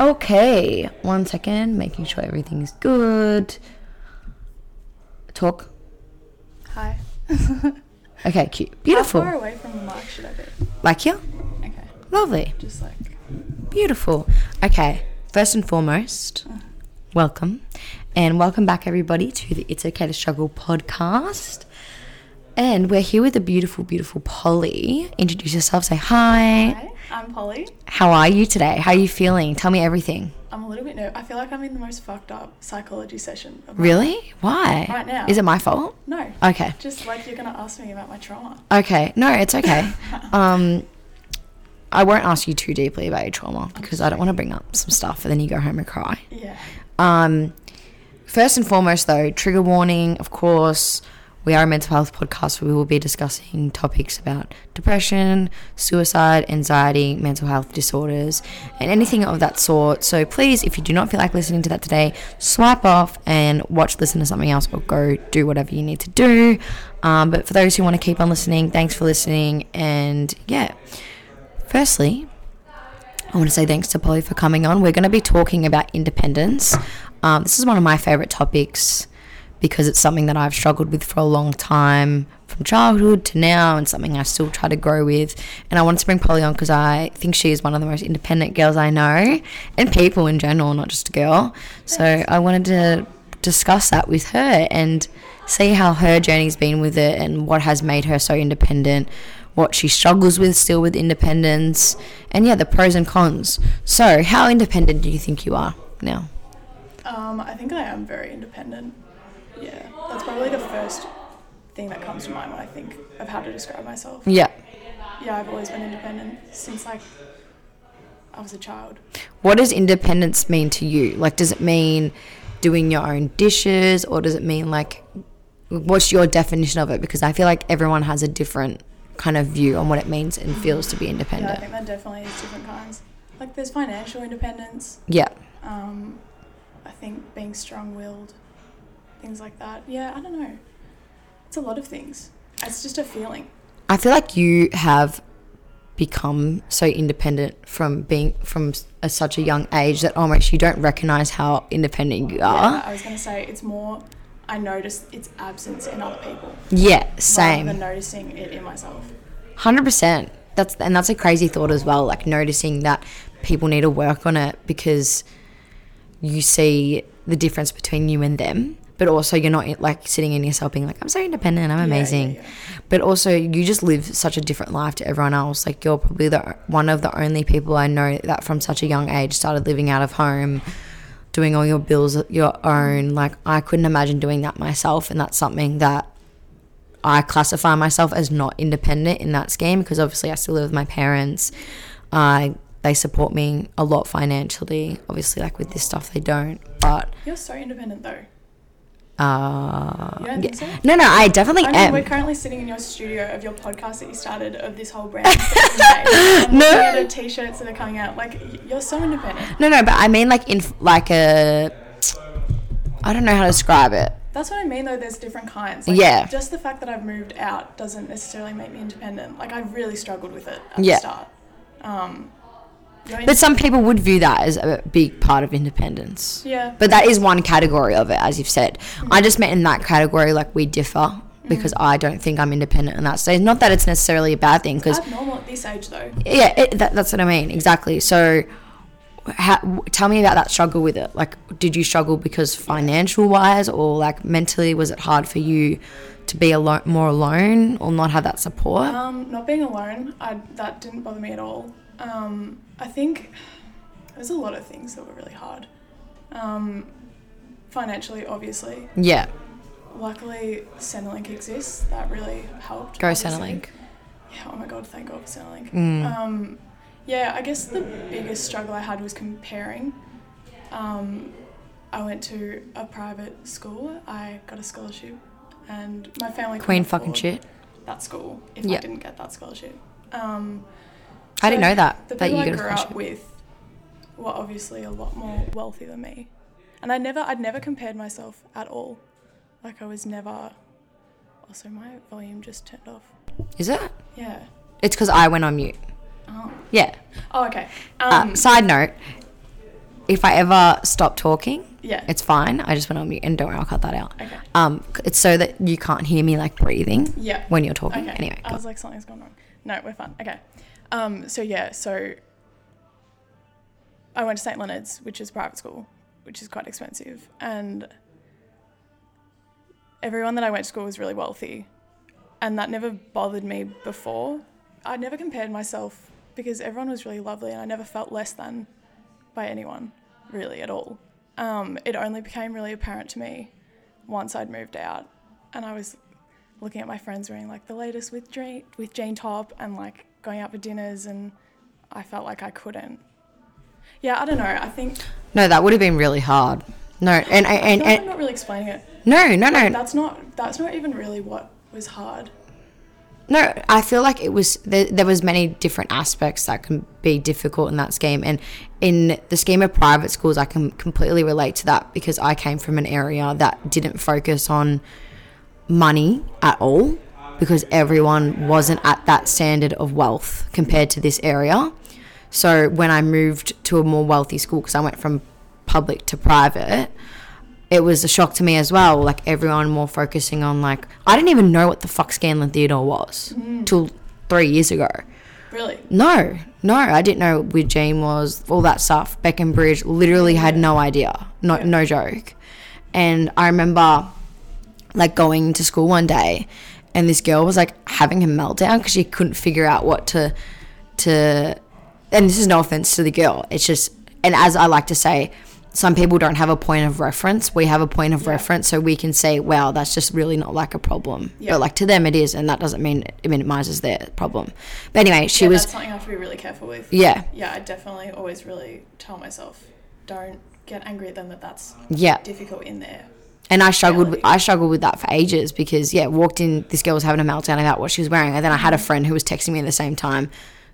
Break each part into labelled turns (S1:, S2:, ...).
S1: Okay, one second, making sure everything's good. Talk.
S2: Hi.
S1: Okay, cute.
S2: How
S1: Beautiful.
S2: far away from the mic should I be?
S1: Like here?
S2: Okay.
S1: Lovely.
S2: Just like.
S1: Beautiful. Okay, first and foremost, welcome. And welcome back, everybody, to the It's Okay to Struggle podcast. And we're here with the beautiful, beautiful Polly. Introduce yourself, say hi.
S2: Hi, I'm Polly.
S1: How are you today? How are you feeling? Tell me everything.
S2: I'm a little bit nervous. I feel like I'm in the most fucked up psychology session. Of my-
S1: Really? Why?
S2: Right now.
S1: Is it my fault?
S2: No.
S1: Okay.
S2: Just like you're gonna ask me about my trauma.
S1: Okay. No, it's okay. um, I won't ask you too deeply about your trauma because I don't want to bring up some stuff and then you go home and cry.
S2: Yeah.
S1: Um, first and foremost, though, trigger warning, of course. We are a mental health podcast where we will be discussing topics about depression, suicide, anxiety, mental health disorders, and anything of that sort. So please, if you do not feel like listening to that today, swipe off and watch, listen to something else, or go do whatever you need to do. Um, but for those who want to keep on listening, thanks for listening. And yeah, firstly, I want to say thanks to Polly for coming on. We're going to be talking about independence. Um, this is one of my favorite topics because it's something that I've struggled with for a long time, from childhood to now, and something I still try to grow with. And I wanted to bring Polly on because I think she is one of the most independent girls I know, and people in general, not just a girl. So I wanted to discuss that with her and see how her journey's been with it and what has made her so independent what she struggles with still with independence, and yeah, the pros and cons. So, how independent do you think you are now?
S2: Um, I think I am very independent. Yeah. That's probably the first thing that comes to mind when I think of how to describe myself.
S1: Yeah.
S2: Yeah, I've always been independent since like I was a child.
S1: What does independence mean to you? Like, does it mean doing your own dishes, or does it mean like, what's your definition of it? Because I feel like everyone has a different kind of view on what it means and feels to be
S2: Yeah, I
S1: independent.
S2: think there definitely is different kinds. Like there's financial independence.
S1: Yeah.
S2: um, I think being strong willed, things like that. Yeah, I don't know. It's a lot of things. It's just a feeling.
S1: I feel like you have become so independent from being from s- a, such a young age that almost you don't recognize how independent you
S2: Yeah,
S1: are.
S2: I was going to say it's more, I notice its absence in other people
S1: Yeah,
S2: rather than
S1: same.
S2: noticing it in myself.
S1: 100%. That's and that's a crazy thought as well, like noticing that people need to work on it because you see the difference between you and them, but also you're not like sitting in yourself being like I'm so independent, I'm
S2: yeah,
S1: amazing.
S2: yeah.
S1: But also you just live such a different life to everyone else. Like you're probably the one of the only people I know that from such a young age started living out of home, doing all your bills your own. Like I couldn't imagine doing that myself and that's something that I classify myself as not independent in that scheme because obviously I still live with my parents. I they support me a lot financially. Obviously, like with this stuff, they don't. But
S2: You're so independent though.
S1: uh,
S2: You don't think so?
S1: no, no, I definitely
S2: I mean,
S1: am.
S2: we're currently sitting in your studio of your podcast that you started of this whole brand. no. Looking at the t-shirts that are coming out. Like y- you're so independent.
S1: No, no, but I mean like in like a. I don't know how to describe it.
S2: That's what I mean though. There's different kinds. Like,
S1: Yeah.
S2: Just the fact that I've moved out doesn't necessarily make me independent. Like I really struggled with it at
S1: Yeah.
S2: the start. Um, you're in-
S1: But some people would view that as a big part of independence.
S2: yeah.
S1: But that is one category of it, as you've said. I just meant in that category, like we differ
S2: Mm.
S1: because I don't think I'm independent in that stage. Not that it's necessarily a bad thing, because
S2: abnormal at this age though.
S1: yeah, it, that, that's what I mean exactly. So, how, w- tell me about that struggle with it. Like, did you struggle because financial wise, or like mentally, was it hard for you to be alone, more alone, or not have that support?
S2: Um, not being alone, I, that didn't bother me at all. Um, I think there's a lot of things that were really hard. Um, financially, obviously.
S1: yeah,
S2: Luckily, Centrelink exists. That really helped.
S1: go
S2: obviously.
S1: Centrelink.
S2: Yeah, oh my god, thank God for Centrelink.
S1: Mm.
S2: Um, yeah, I guess the biggest struggle I had was comparing. Um, I went to a private school. I got a scholarship, and my family couldn't
S1: Queen fucking
S2: afford
S1: shit.
S2: that school if
S1: Yeah.
S2: I didn't get that scholarship. Um,
S1: I didn't
S2: so
S1: know that.
S2: The
S1: that
S2: people
S1: you
S2: I
S1: got a
S2: grew up
S1: scholarship.
S2: with were obviously a lot more wealthy than me, and I never, I'd never compared myself at all. Like I was never. Also, my volume just turned off.
S1: Is it?
S2: Yeah.
S1: It's because I went on mute.
S2: Oh.
S1: Yeah.
S2: Oh, okay.
S1: Uh,
S2: Um,
S1: side note, if I ever stop talking,
S2: Yeah.
S1: it's fine. I just went on mute, and don't worry, I'll cut that out.
S2: okay.
S1: Um, c- it's so that you can't hear me like breathing
S2: Yeah.
S1: when you're talking.
S2: Okay. Um,
S1: Anyway,
S2: I
S1: go.
S2: was like, something's gone wrong. No, we're fine. Okay. Um, so yeah, so I went to St. Leonard's, which is private school, which is quite expensive. And everyone that I went to school was really wealthy. And that never bothered me before. I never compared myself because everyone was really lovely and I never felt less than by anyone, really, at all. Um, it only became really apparent to me once I'd moved out and I was looking at my friends wearing like the latest with Jane, with Jane top and like going out for dinners and I felt like I couldn't. Yeah, I don't know. I think
S1: no, that would have been really hard. No, and
S2: I
S1: and,
S2: feel like I'm
S1: and,
S2: not really explaining it.
S1: no, no, no,
S2: That's not that's not even really what was hard.
S1: No, I feel like it was there, there was many different aspects that can be difficult in that scheme and in the scheme of private schools I can completely relate to that because I came from an area that didn't focus on money at all because everyone wasn't at that standard of wealth compared to this area. So when I moved to a more wealthy school because I went from public to private, it was a shock to me as well. Like everyone more focusing on like I didn't even know what the fuck Scanlon Theodore was till three years ago.
S2: Really.
S1: No, no, I didn't know where Jane was, all that stuff. Beckham Bridge, literally had no idea. No,
S2: Yeah.
S1: no joke. And I remember like going to school one day, and this girl was like having a meltdown because she couldn't figure out what to to. And this is no offense to the girl. It's just, and as I like to say. Some people don't have a point of reference. We have a point of
S2: Yeah.
S1: reference, so we can say, "Wow, that's just really not like a problem."
S2: Yeah.
S1: But like to them, it is, and that doesn't mean it minimizes their problem. But anyway, she
S2: yeah,
S1: was
S2: that's something I have to be really careful with.
S1: yeah,
S2: Yeah, I definitely always really tell myself don't get angry at them that that's
S1: yeah.
S2: difficult in there.
S1: And I struggled. With, I struggled with that for ages because yeah, walked in. This girl was having a meltdown about what she was wearing, and then I had a friend who was texting me at the same time,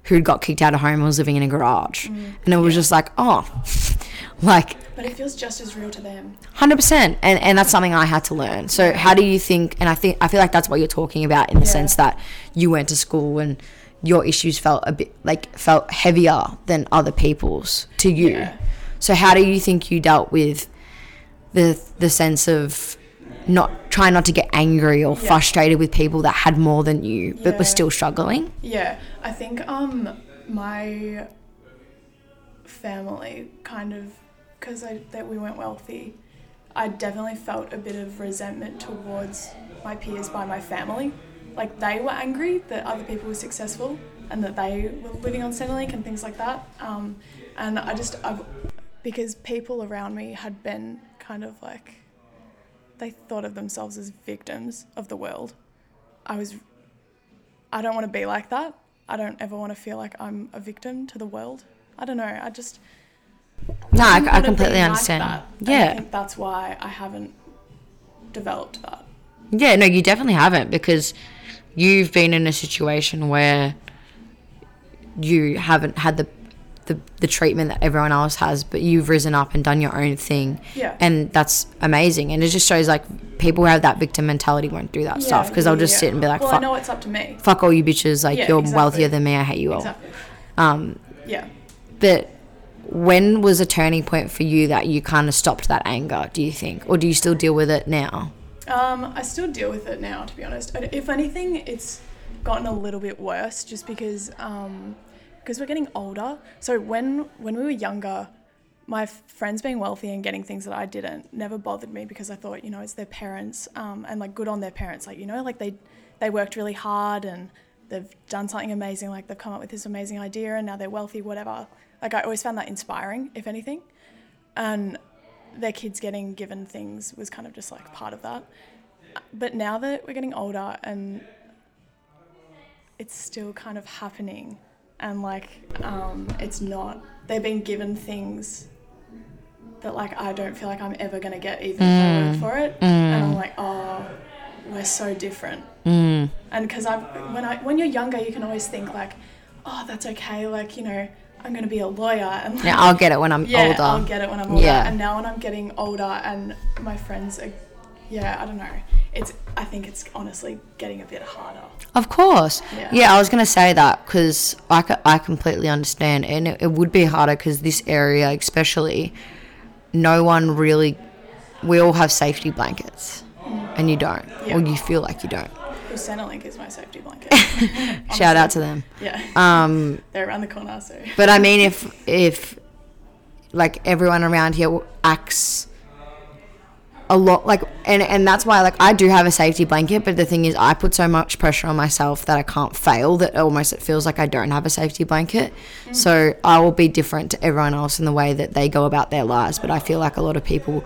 S1: who'd got kicked out of home and was living in a garage, and it was just like, oh, like
S2: But it feels just as real to them.
S1: hundred percent. And and that's something I had to learn. So how do you think? And I think I feel like that's what you're talking about in the
S2: Yeah.
S1: sense that you went to school and your issues felt a bit like felt heavier than other people's to you.
S2: Yeah.
S1: So how do you think you dealt with the the sense of not trying not to get angry or
S2: Yeah.
S1: frustrated with people that had more than you but were
S2: Yeah.
S1: still struggling?
S2: Yeah, I think um my family kind of because I that we weren't wealthy, I definitely felt a bit of resentment towards my peers by my family. Like they were angry that other people were successful and that they were living on Centrelink and things like that. Um, and I just I've, because people around me had been kind of like they thought of themselves as victims of the world. I was I don't want to be like that. I don't ever want to feel like I'm a victim to the world. I don't know. I just
S1: No, I,
S2: didn't
S1: I
S2: wanna be
S1: completely
S2: like
S1: understand.
S2: that. And I
S1: Yeah.
S2: think that's why I haven't developed that.
S1: Yeah, no, you definitely haven't because you've been in a situation where you haven't had the the, the treatment that everyone else has, but you've risen up and done your own thing.
S2: Yeah.
S1: And that's amazing. And it just shows like people who have that victim mentality won't do that stuff stuff because
S2: Yeah,
S1: they'll just
S2: yeah.
S1: sit and be like,
S2: well, I
S1: fuck,
S2: know it's up to me.
S1: fuck all you bitches. Like,
S2: Yeah,
S1: you're
S2: exactly.
S1: wealthier than me. I hate you all.
S2: Exactly.
S1: Um,
S2: Yeah.
S1: but when was a turning point for you that you kind of stopped that anger, do you think? Or do you still deal with it now?
S2: Um, I still deal with it now, to be honest. And If anything, it's gotten a little bit worse just because um, cause we're getting older. So when when we were younger, my f- friends being wealthy and getting things that I didn't never bothered me because I thought, you know, it's their parents um, and like good on their parents. Like, you know, like they they worked really hard and they've done something amazing. Like they've come up with this amazing idea and now they're wealthy, whatever. Like I always found that inspiring, if anything. And their kids getting given things was kind of just like part of that. But now that we're getting older and it's still kind of happening, and like um, it's not, they've been given things that like I don't feel like I'm ever gonna get even if I work for it, and I'm like, oh, we're so different. And because I, when I, when you're younger, you can always think like, oh, that's okay, like you know, I'm gonna be a lawyer, and like,
S1: Yeah, I'll get it when I'm
S2: yeah,
S1: older.
S2: I'll get it when I'm older.
S1: Yeah.
S2: And now when I'm getting older and my friends are, yeah, I don't know. it's I think it's honestly getting a bit harder.
S1: Of course.
S2: Yeah.
S1: Yeah, I was going to say that because I, co- I completely understand. And it, it would be harder because this area, especially, no one really, we all have safety blankets. And you don't, or
S2: Yeah.
S1: you feel like you don't.
S2: Because Centrelink is my safety blanket.
S1: Shout out to them.
S2: yeah,
S1: Um,
S2: they're around the corner, so
S1: But I mean, if if like everyone around here acts a lot like, and and that's why like I do have a safety blanket. But the thing is, I put so much pressure on myself that I can't fail. That almost it feels like I don't have a safety blanket. So I will be different to everyone else in the way that they go about their lives. But I feel like a lot of people.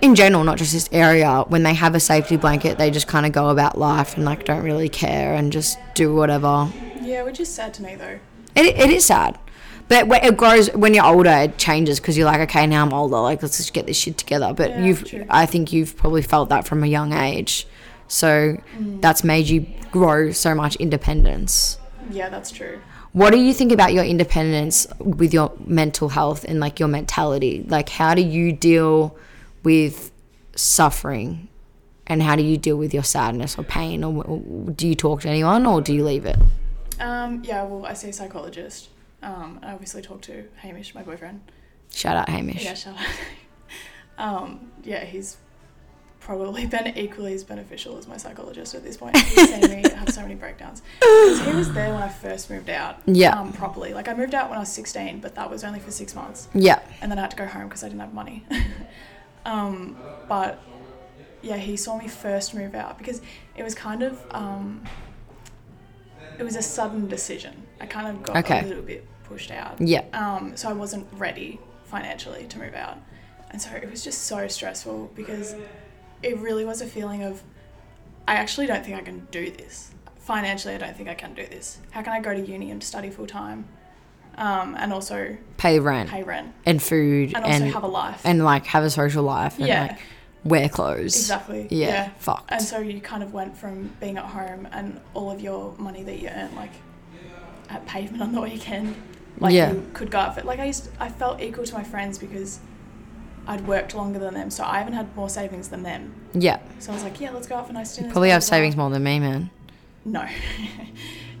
S1: In general, not just this area, when they have a safety blanket, they just kind of go about life and like don't really care and just do whatever
S2: yeah, which is sad to me though.
S1: it, it is sad. But when it grows when you're older, it changes because you're like, okay, now I'm older. Like, let's just get this shit together. But
S2: Yeah,
S1: you've,
S2: true.
S1: I think you've probably felt that from a young age, so
S2: Mm.
S1: that's made you grow so much independence.
S2: Yeah, that's true.
S1: What do you think about your independence with your mental health and like your mentality? Like, how do you deal with suffering, and how do you deal with your sadness or pain? Or w- do you talk to anyone, or do you leave it?
S2: Um, yeah, well, I see a psychologist. Um, I obviously talk to Hamish, my boyfriend.
S1: Shout out, Hamish.
S2: Yeah, shout out. um, yeah, he's probably been equally as beneficial as my psychologist at this point. He's seen me have so many breakdowns. 'Cause he was there when I first moved out.
S1: Yeah.
S2: Um, properly. Like I moved out when I was 16, but that was only for six months,
S1: yeah.
S2: and then I had to go home because I didn't have money. um, but yeah, he saw me first move out because it was kind of um, it was a sudden decision. I kind of got
S1: Okay.
S2: a little bit pushed out
S1: Yeah.
S2: um, so I wasn't ready financially to move out. And so it was just so stressful because it really was a feeling of, I actually don't think I can do this. Financially, I don't think I can do this. How can I go to uni and study full time um, and also
S1: Pay rent.
S2: pay rent
S1: and food
S2: and
S1: and
S2: also
S1: and,
S2: have a life?
S1: like have a social life and
S2: Yeah.
S1: like wear clothes.
S2: exactly.
S1: Yeah, fucked.
S2: And so you kind of went from being at home and all of your money that you earn, like at pavement on the weekend, like
S1: Yeah.
S2: you could go out for like I used, I felt equal to my friends because I'd worked longer than them, so I haven't had more savings than them.
S1: yeah,
S2: So I was like, yeah, let's go out for nice dinners.
S1: probably
S2: blah,
S1: have
S2: blah,
S1: savings
S2: blah.
S1: more than me, man.
S2: No,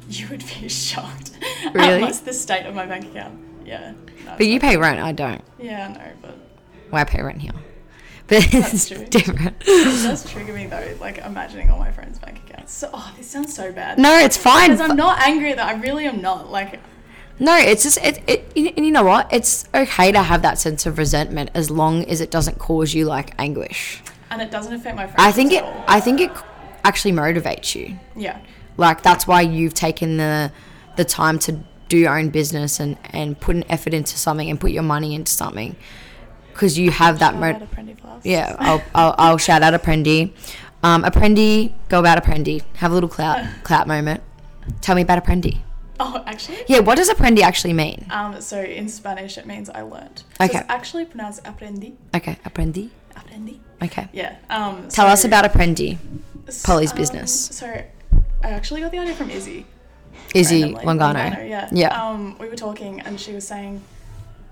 S2: you would be shocked. at
S1: Really?
S2: what's the state of my bank account? Yeah. No,
S1: But you pay rent, I don't.
S2: Yeah, no, but
S1: Well, I pay rent here, but it's
S2: true.
S1: different.
S2: it does trigger me though, like imagining all my friends' bank accounts. So, oh, this sounds so bad.
S1: No, it's fine.
S2: Because I'm not angry at that. I really am not. Like,
S1: No, it's just it, it. And you know what? It's okay to have that sense of resentment as long as it doesn't cause you like anguish.
S2: and it doesn't affect my friends.
S1: I think it.
S2: at all.
S1: I think it actually motivates you.
S2: Yeah.
S1: like that's why you've taken the the time to do your own business and and put an effort into something and put your money into something because you have that
S2: Shout out
S1: mo-
S2: Apprendi Plus.
S1: yeah I'll, I'll, I'll shout out apprendi um, apprendi go about apprendi have a little clout clout moment tell me about apprendi
S2: Oh, actually.
S1: yeah what does apprendi actually mean
S2: Um. So in Spanish, it means I learned. So
S1: Okay.
S2: it's actually pronounced aprendi.
S1: okay apprendi
S2: Aprendi.
S1: okay
S2: Yeah. Um.
S1: tell us
S2: so-
S1: about apprendi Polly's
S2: um,
S1: business.
S2: So I actually got the idea from Izzy.
S1: izzy
S2: randomly.
S1: longano
S2: Yeah.
S1: yeah
S2: Um, we were talking, and she was saying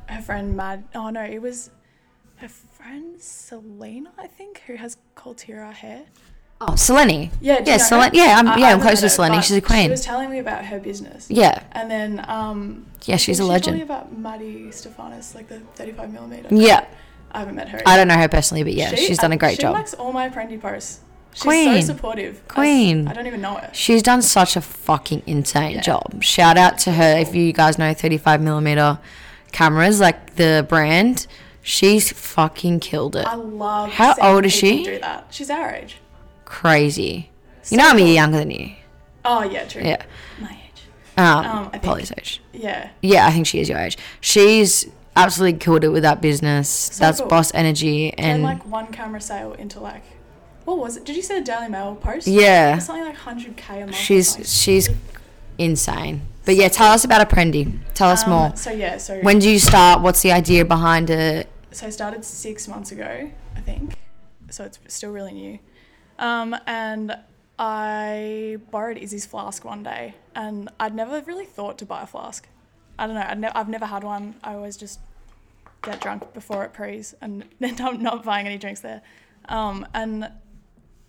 S2: her friend Mad. Oh no, it was her friend Selena, I think, who has Coltira hair.
S1: oh selene
S2: Yeah. do
S1: yeah
S2: you know her?
S1: selene yeah i'm
S2: I-
S1: yeah
S2: I
S1: i'm
S2: haven't
S1: close to
S2: met her,
S1: selene
S2: but
S1: she's a
S2: She
S1: queen
S2: was telling me about her business.
S1: yeah
S2: And then, um,
S1: Yeah,
S2: I
S1: she's
S2: think
S1: a
S2: she told me
S1: legend.
S2: about Maddie Stefanos, like the 35 millimeter.
S1: yeah
S2: I haven't met her.
S1: I
S2: yet.
S1: don't know her personally, but yeah,
S2: She-
S1: she's done
S2: I-
S1: a great
S2: she
S1: job.
S2: likes all my Apprendi posts. She's
S1: Queen.
S2: so supportive. I s-
S1: Queen.
S2: I, don't even know her.
S1: she's done such a fucking insane
S2: Yeah.
S1: job. Shout out to her if you guys know 35 millimeter cameras, like the brand. She's fucking killed it.
S2: I love.
S1: How
S2: seeing
S1: old is
S2: people
S1: she?
S2: Do that. She's our age.
S1: Crazy. You know I'm a year younger than you.
S2: Oh yeah, true.
S1: Yeah.
S2: My age.
S1: Um,
S2: Um, I think-
S1: Polly's age.
S2: Yeah.
S1: Yeah, I think she is your age. She's absolutely killed it with that business. That's
S2: cool.
S1: boss energy
S2: And
S1: and
S2: like one camera sale into like, what was it? Did you see the Daily Mail post?
S1: Yeah.
S2: It's something like 100k a month. or something.
S1: she's she's insane. But yeah, tell us about Apprendi. Tell us
S2: Um,
S1: more.
S2: So yeah, so
S1: When do you start? What's the idea behind it?
S2: so I started six months ago, I think. So it's still really new. Um, and I borrowed Izzy's flask one day, and I'd never really thought to buy a flask. I don't know. I'd ne- I've never had one. I always just get drunk before it prees and end up not buying any drinks there. Um, and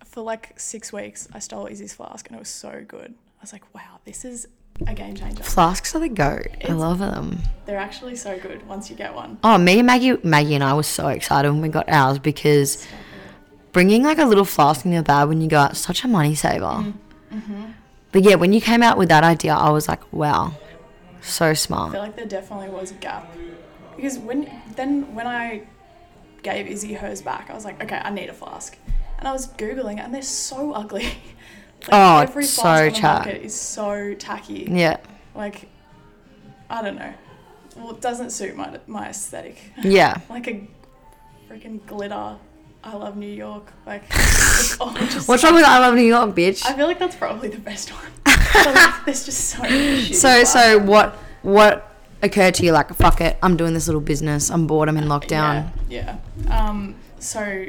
S2: for like six weeks, I stole Izzy's flask and it was so good. I was like, wow, this is a game changer.
S1: Flasks are the goat. I
S2: It's-
S1: love them.
S2: They're actually so good once you get one.
S1: Oh, me and Maggie, Maggie and I were so excited when we got ours because bringing like a little flask in your bag when you go out is such a money saver.
S2: Mm-hmm.
S1: But yeah, when you came out with that idea, I was like, wow, so
S2: I feel
S1: smart.
S2: like there definitely was a gap because when then when I gave Izzy hers back, I was like, okay, I need a flask, and I was googling, and they're so ugly. like,
S1: Oh, it's so chat.
S2: market is so tacky.
S1: Yeah,
S2: Like, I don't know. Well, it doesn't suit my my aesthetic.
S1: yeah.
S2: like a freaking glitter. I love New York. Like, it's all just.
S1: What's wrong with I Love New York, bitch?
S2: I feel like that's probably the best one. Like, There's just so. many shitty
S1: So, so
S2: flasks.
S1: what, what occurred to you? Like, fuck it, I'm doing this little business. I'm bored. I'm in lockdown.
S2: Yeah. yeah. Um, so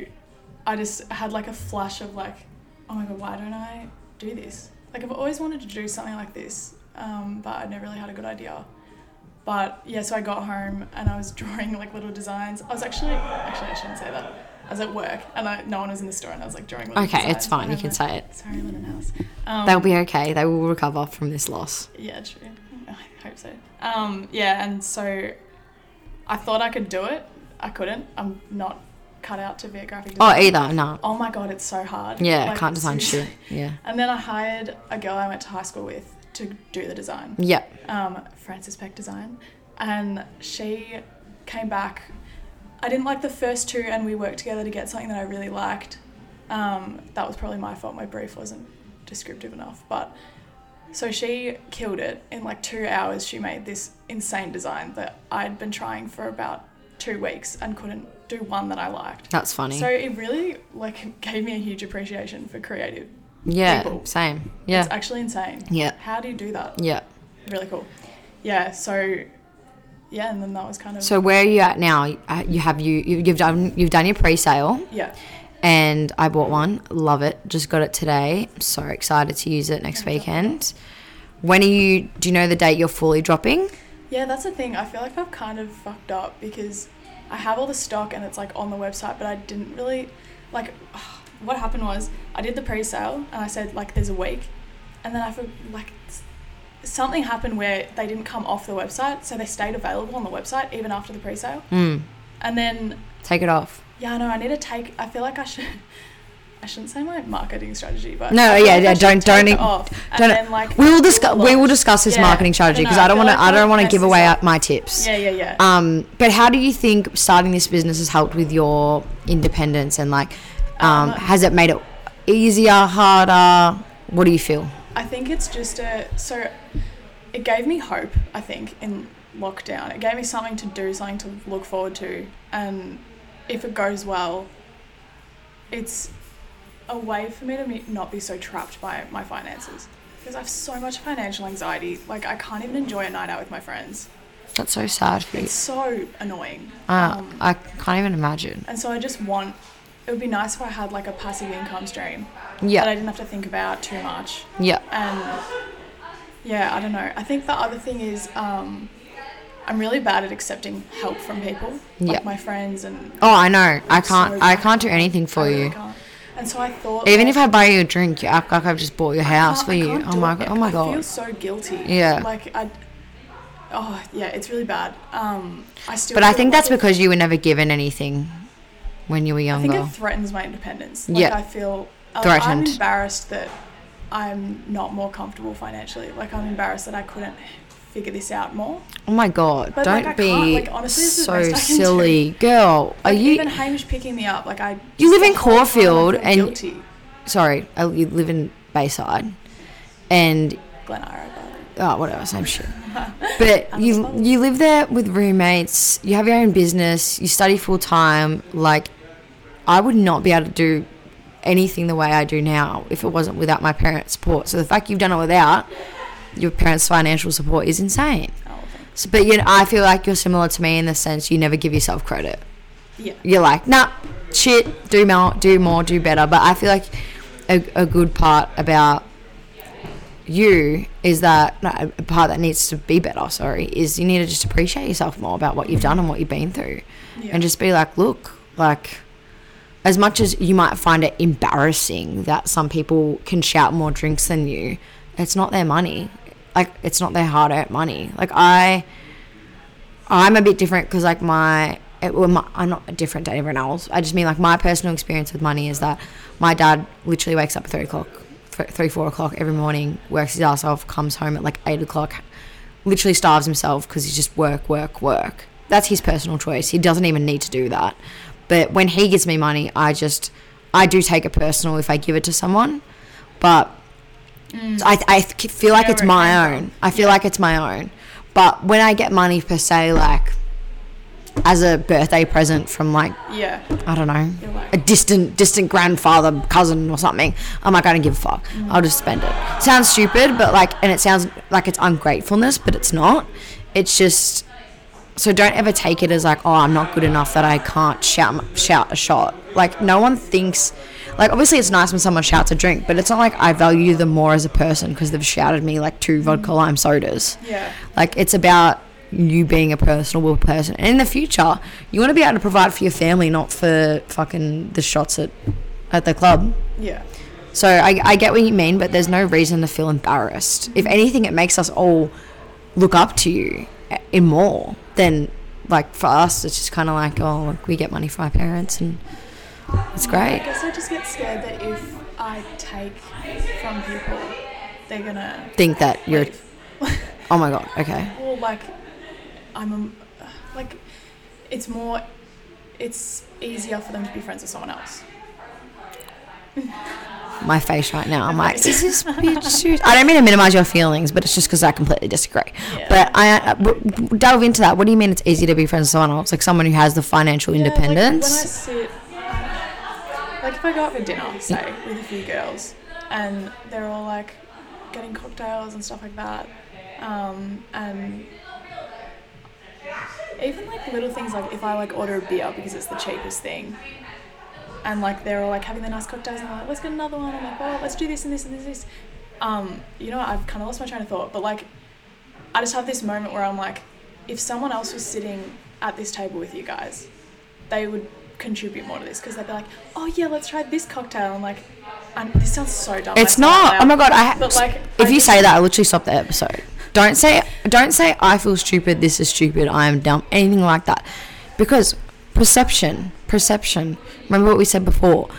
S2: I just had like a flash of like, oh my god, why don't I do this? Like I've always wanted to do something like this, um, but I never really had a good idea. But yeah, so I got home and I was drawing like little designs. I was actually actually I shouldn't say that. I was at work and I, no one was in the store and I was like drawing little
S1: Okay,
S2: designs.
S1: it's fine. You
S2: And
S1: can
S2: I'm
S1: say it.
S2: like, Sorry, Linenhouse. Um,
S1: They'll be okay. They will recover from this loss.
S2: yeah, true. I hope so. Um, yeah, and so I thought I could do it. I couldn't. I'm not cut out to be a graphic
S1: Oh,
S2: designer.
S1: either no.
S2: Oh my god, it's so hard.
S1: Yeah,
S2: Like,
S1: can't design shit.
S2: seriously.
S1: Yeah.
S2: And then I hired a girl I went to high school with to do the design,
S1: Yep.
S2: um, Frances Peck Design, and she came back. I didn't like the first two, and we worked together to get something that I really liked. Um, that was probably my fault. My brief wasn't descriptive enough, but so she killed it in like two hours. She made this insane design that I'd been trying for about two weeks and couldn't do one that I liked.
S1: That's funny.
S2: So it really like gave me a huge appreciation for creative.
S1: yeah.
S2: people.
S1: Same. Yeah.
S2: It's actually insane.
S1: Yeah.
S2: How do you do that?
S1: yeah.
S2: Really cool. Yeah, so yeah, and then that was kind of
S1: So where are you at now? Uh, You have you you- you've done you've done your pre-sale,
S2: yeah.
S1: and I bought one. Love it. Just got it today. I'm so excited to use it next
S2: Yeah, drop it off.
S1: weekend. When are you? Do you know the date you're fully dropping?
S2: Yeah, that's the thing. I feel like I've kind of fucked up because I have all the stock and it's like on the website, but I didn't really like. What happened was I did the pre-sale and I said like there's a week, and then I feel like s- something happened where they didn't come off the website, so they stayed available on the website even after the pre-sale.
S1: Mm.
S2: And then
S1: Take it off.
S2: yeah, no, I need to take. I feel like I should. I shouldn't say my marketing strategy, but
S1: No,
S2: I feel
S1: yeah,
S2: like I
S1: yeah,
S2: should
S1: don't-
S2: take
S1: don't
S2: it
S1: e-
S2: off and
S1: don't-
S2: then, like,
S1: We will
S2: do a
S1: discuss. We will
S2: launch.
S1: discuss this
S2: Yeah.
S1: marketing strategy
S2: No,
S1: because
S2: no,
S1: I don't
S2: feel
S1: want to.
S2: like
S1: I don't
S2: I've
S1: want to
S2: messed
S1: give
S2: this
S1: away
S2: up.
S1: out my tips.
S2: Yeah, yeah, yeah.
S1: Um, but how do you think starting this business has helped with your independence and like, um,
S2: Um,
S1: has it made it easier, harder? What do you feel?
S2: I think it's just a so it gave me hope, I think, in lockdown. It gave me something to do, something to look forward to. And if it goes well, it's a way for me to me- not be so trapped by my finances. Because I have so much financial anxiety. Like, I can't even enjoy a night out with my friends.
S1: That's so sad for you.
S2: It's so annoying.
S1: Uh,
S2: Um,
S1: I can't even imagine.
S2: and so I just want, it would be nice if I had like a passive income stream that I
S1: Yeah,
S2: didn't have to think about too much.
S1: yeah,
S2: and yeah, I don't know. I think the other thing is um, I'm really bad at accepting help from people,
S1: Yeah.
S2: like my friends and
S1: Oh, I know. I
S2: It's
S1: can't.
S2: so
S1: I
S2: bad.
S1: can't do anything for
S2: I really
S1: you.
S2: can't. And so I thought,
S1: Even
S2: like,
S1: if I buy you a drink, you act like I've just bought your house
S2: can't-
S1: for
S2: I
S1: you.
S2: can't
S1: Oh
S2: do
S1: my
S2: it.
S1: god. Oh my
S2: I feel
S1: god.
S2: so guilty.
S1: Yeah.
S2: Like I, oh yeah, it's really bad. Um, I still.
S1: But I
S2: feel
S1: think that's
S2: like it-
S1: because you were never given anything when you were
S2: I think it
S1: younger.
S2: threatens my independence. Like
S1: Yeah.
S2: I feel I-
S1: Threatened.
S2: I'm embarrassed that I'm not more comfortable financially. Like I'm embarrassed that I couldn't figure this out more.
S1: Oh my god.
S2: But, like, I
S1: Don't
S2: can't.
S1: be
S2: Like, honestly, this is the
S1: so
S2: best I can do.
S1: silly, girl. Are
S2: Like,
S1: you?
S2: even Hamish picking me up? Like I.
S1: You live
S2: the
S1: in
S2: whole time I feel
S1: Caulfield and-
S2: guilty.
S1: sorry, I you live in Bayside, and
S2: Glen Ira. but-
S1: oh, whatever, same shit. But you you live there with roommates. You have your own business. You study full time. Like, I would not be able to do anything the way I do now if it wasn't without my parents' support. So the fact you've done it without your parents' financial support is insane.
S2: Oh, thanks.
S1: So, but you know, I feel like you're similar to me in the sense you never give yourself credit
S2: Yeah.
S1: you're like, nah, shit, do more, do more, do better. But I feel like a, a good part about you is that no, a part that needs to be better. Sorry, is you need to just appreciate yourself more about what you've done and what you've been through,
S2: Yeah.
S1: and just be like, look, like as much as you might find it embarrassing that some people can shout more drinks than you, it's not their money. Like it's not their hard-earned money. Like I, I'm a bit different because like my, it, well, my, I'm not different to everyone else. I just mean like my personal experience with money is that my dad literally wakes up at three o'clock, th- three four o'clock every morning, works his ass off, comes home at like eight o'clock, literally starves himself because he's just work, work, work. That's his personal choice. He doesn't even need to do that. But when he gives me money, I just, I do take it personal if I give it to someone. But I, I th- feel like
S2: Yeah,
S1: it's
S2: where it
S1: my
S2: came
S1: own. I feel like it's my own. But when I get money per se, like as a birthday present from like,
S2: Yeah.
S1: I don't know,
S2: You're like-
S1: a distant, distant grandfather, cousin or something, I'm like, I don't give a fuck. I'll just spend it. Sounds stupid, but like, and it sounds like it's ungratefulness, but it's not. It's just, so don't ever take it as like, oh, I'm not good enough that I can't shout m- shout a shot. Like no one thinks, like obviously it's nice when someone shouts a drink, but it's not like I value them more as a person because they've shouted me like two vodka lime sodas.
S2: Yeah.
S1: Like it's about you being a personable person, and in the future you want to be able to provide for your family, not for fucking the shots at at the club.
S2: Yeah.
S1: So I, I get what you mean, but there's no reason to feel embarrassed. If anything, it makes us all look up to you i- in more than like for us. It's just kind of like oh, look, we get money from our parents, and it's
S2: I
S1: great.
S2: guess I just get scared that if I take from people, they're gonna
S1: Think that you're
S2: leave.
S1: oh my god, okay,
S2: Well, like, I'm a, like, it's more, it's easier for them to be friends with someone else.
S1: my face right now. I'm like, is this bitch? serious? I don't mean to minimize your feelings, but it's just because I completely disagree.
S2: Yeah.
S1: But I uh, w- w- delve into that. What do you mean it's easy to be friends with someone else? Like someone who has the financial
S2: Yeah,
S1: independence.
S2: like, when I sit, like, if I go out for dinner, say, with a few girls, and they're all like getting cocktails and stuff like that, um, and even like little things like if I like order a beer because it's the cheapest thing. And like they're all like having their nice cocktails and I'm like, let's get another one. I'm like, oh, let's do this and this and this and this. Um, you know, I've kind of lost my train of thought, but like I just have this moment where I'm like, if someone else was sitting at this table with you guys, they would contribute more to this because they'd be like, oh yeah, let's try this cocktail. I'm like, i this sounds so dumb.
S1: It's
S2: I sound
S1: not.
S2: loud.
S1: Oh my god! I ha-
S2: But, like,
S1: if
S2: I
S1: you
S2: just-
S1: say that, I literally stop the episode. Don't say. Don't say. I feel stupid. This is stupid. I am dumb. Anything like that, because perception. Perception. Remember what we said before.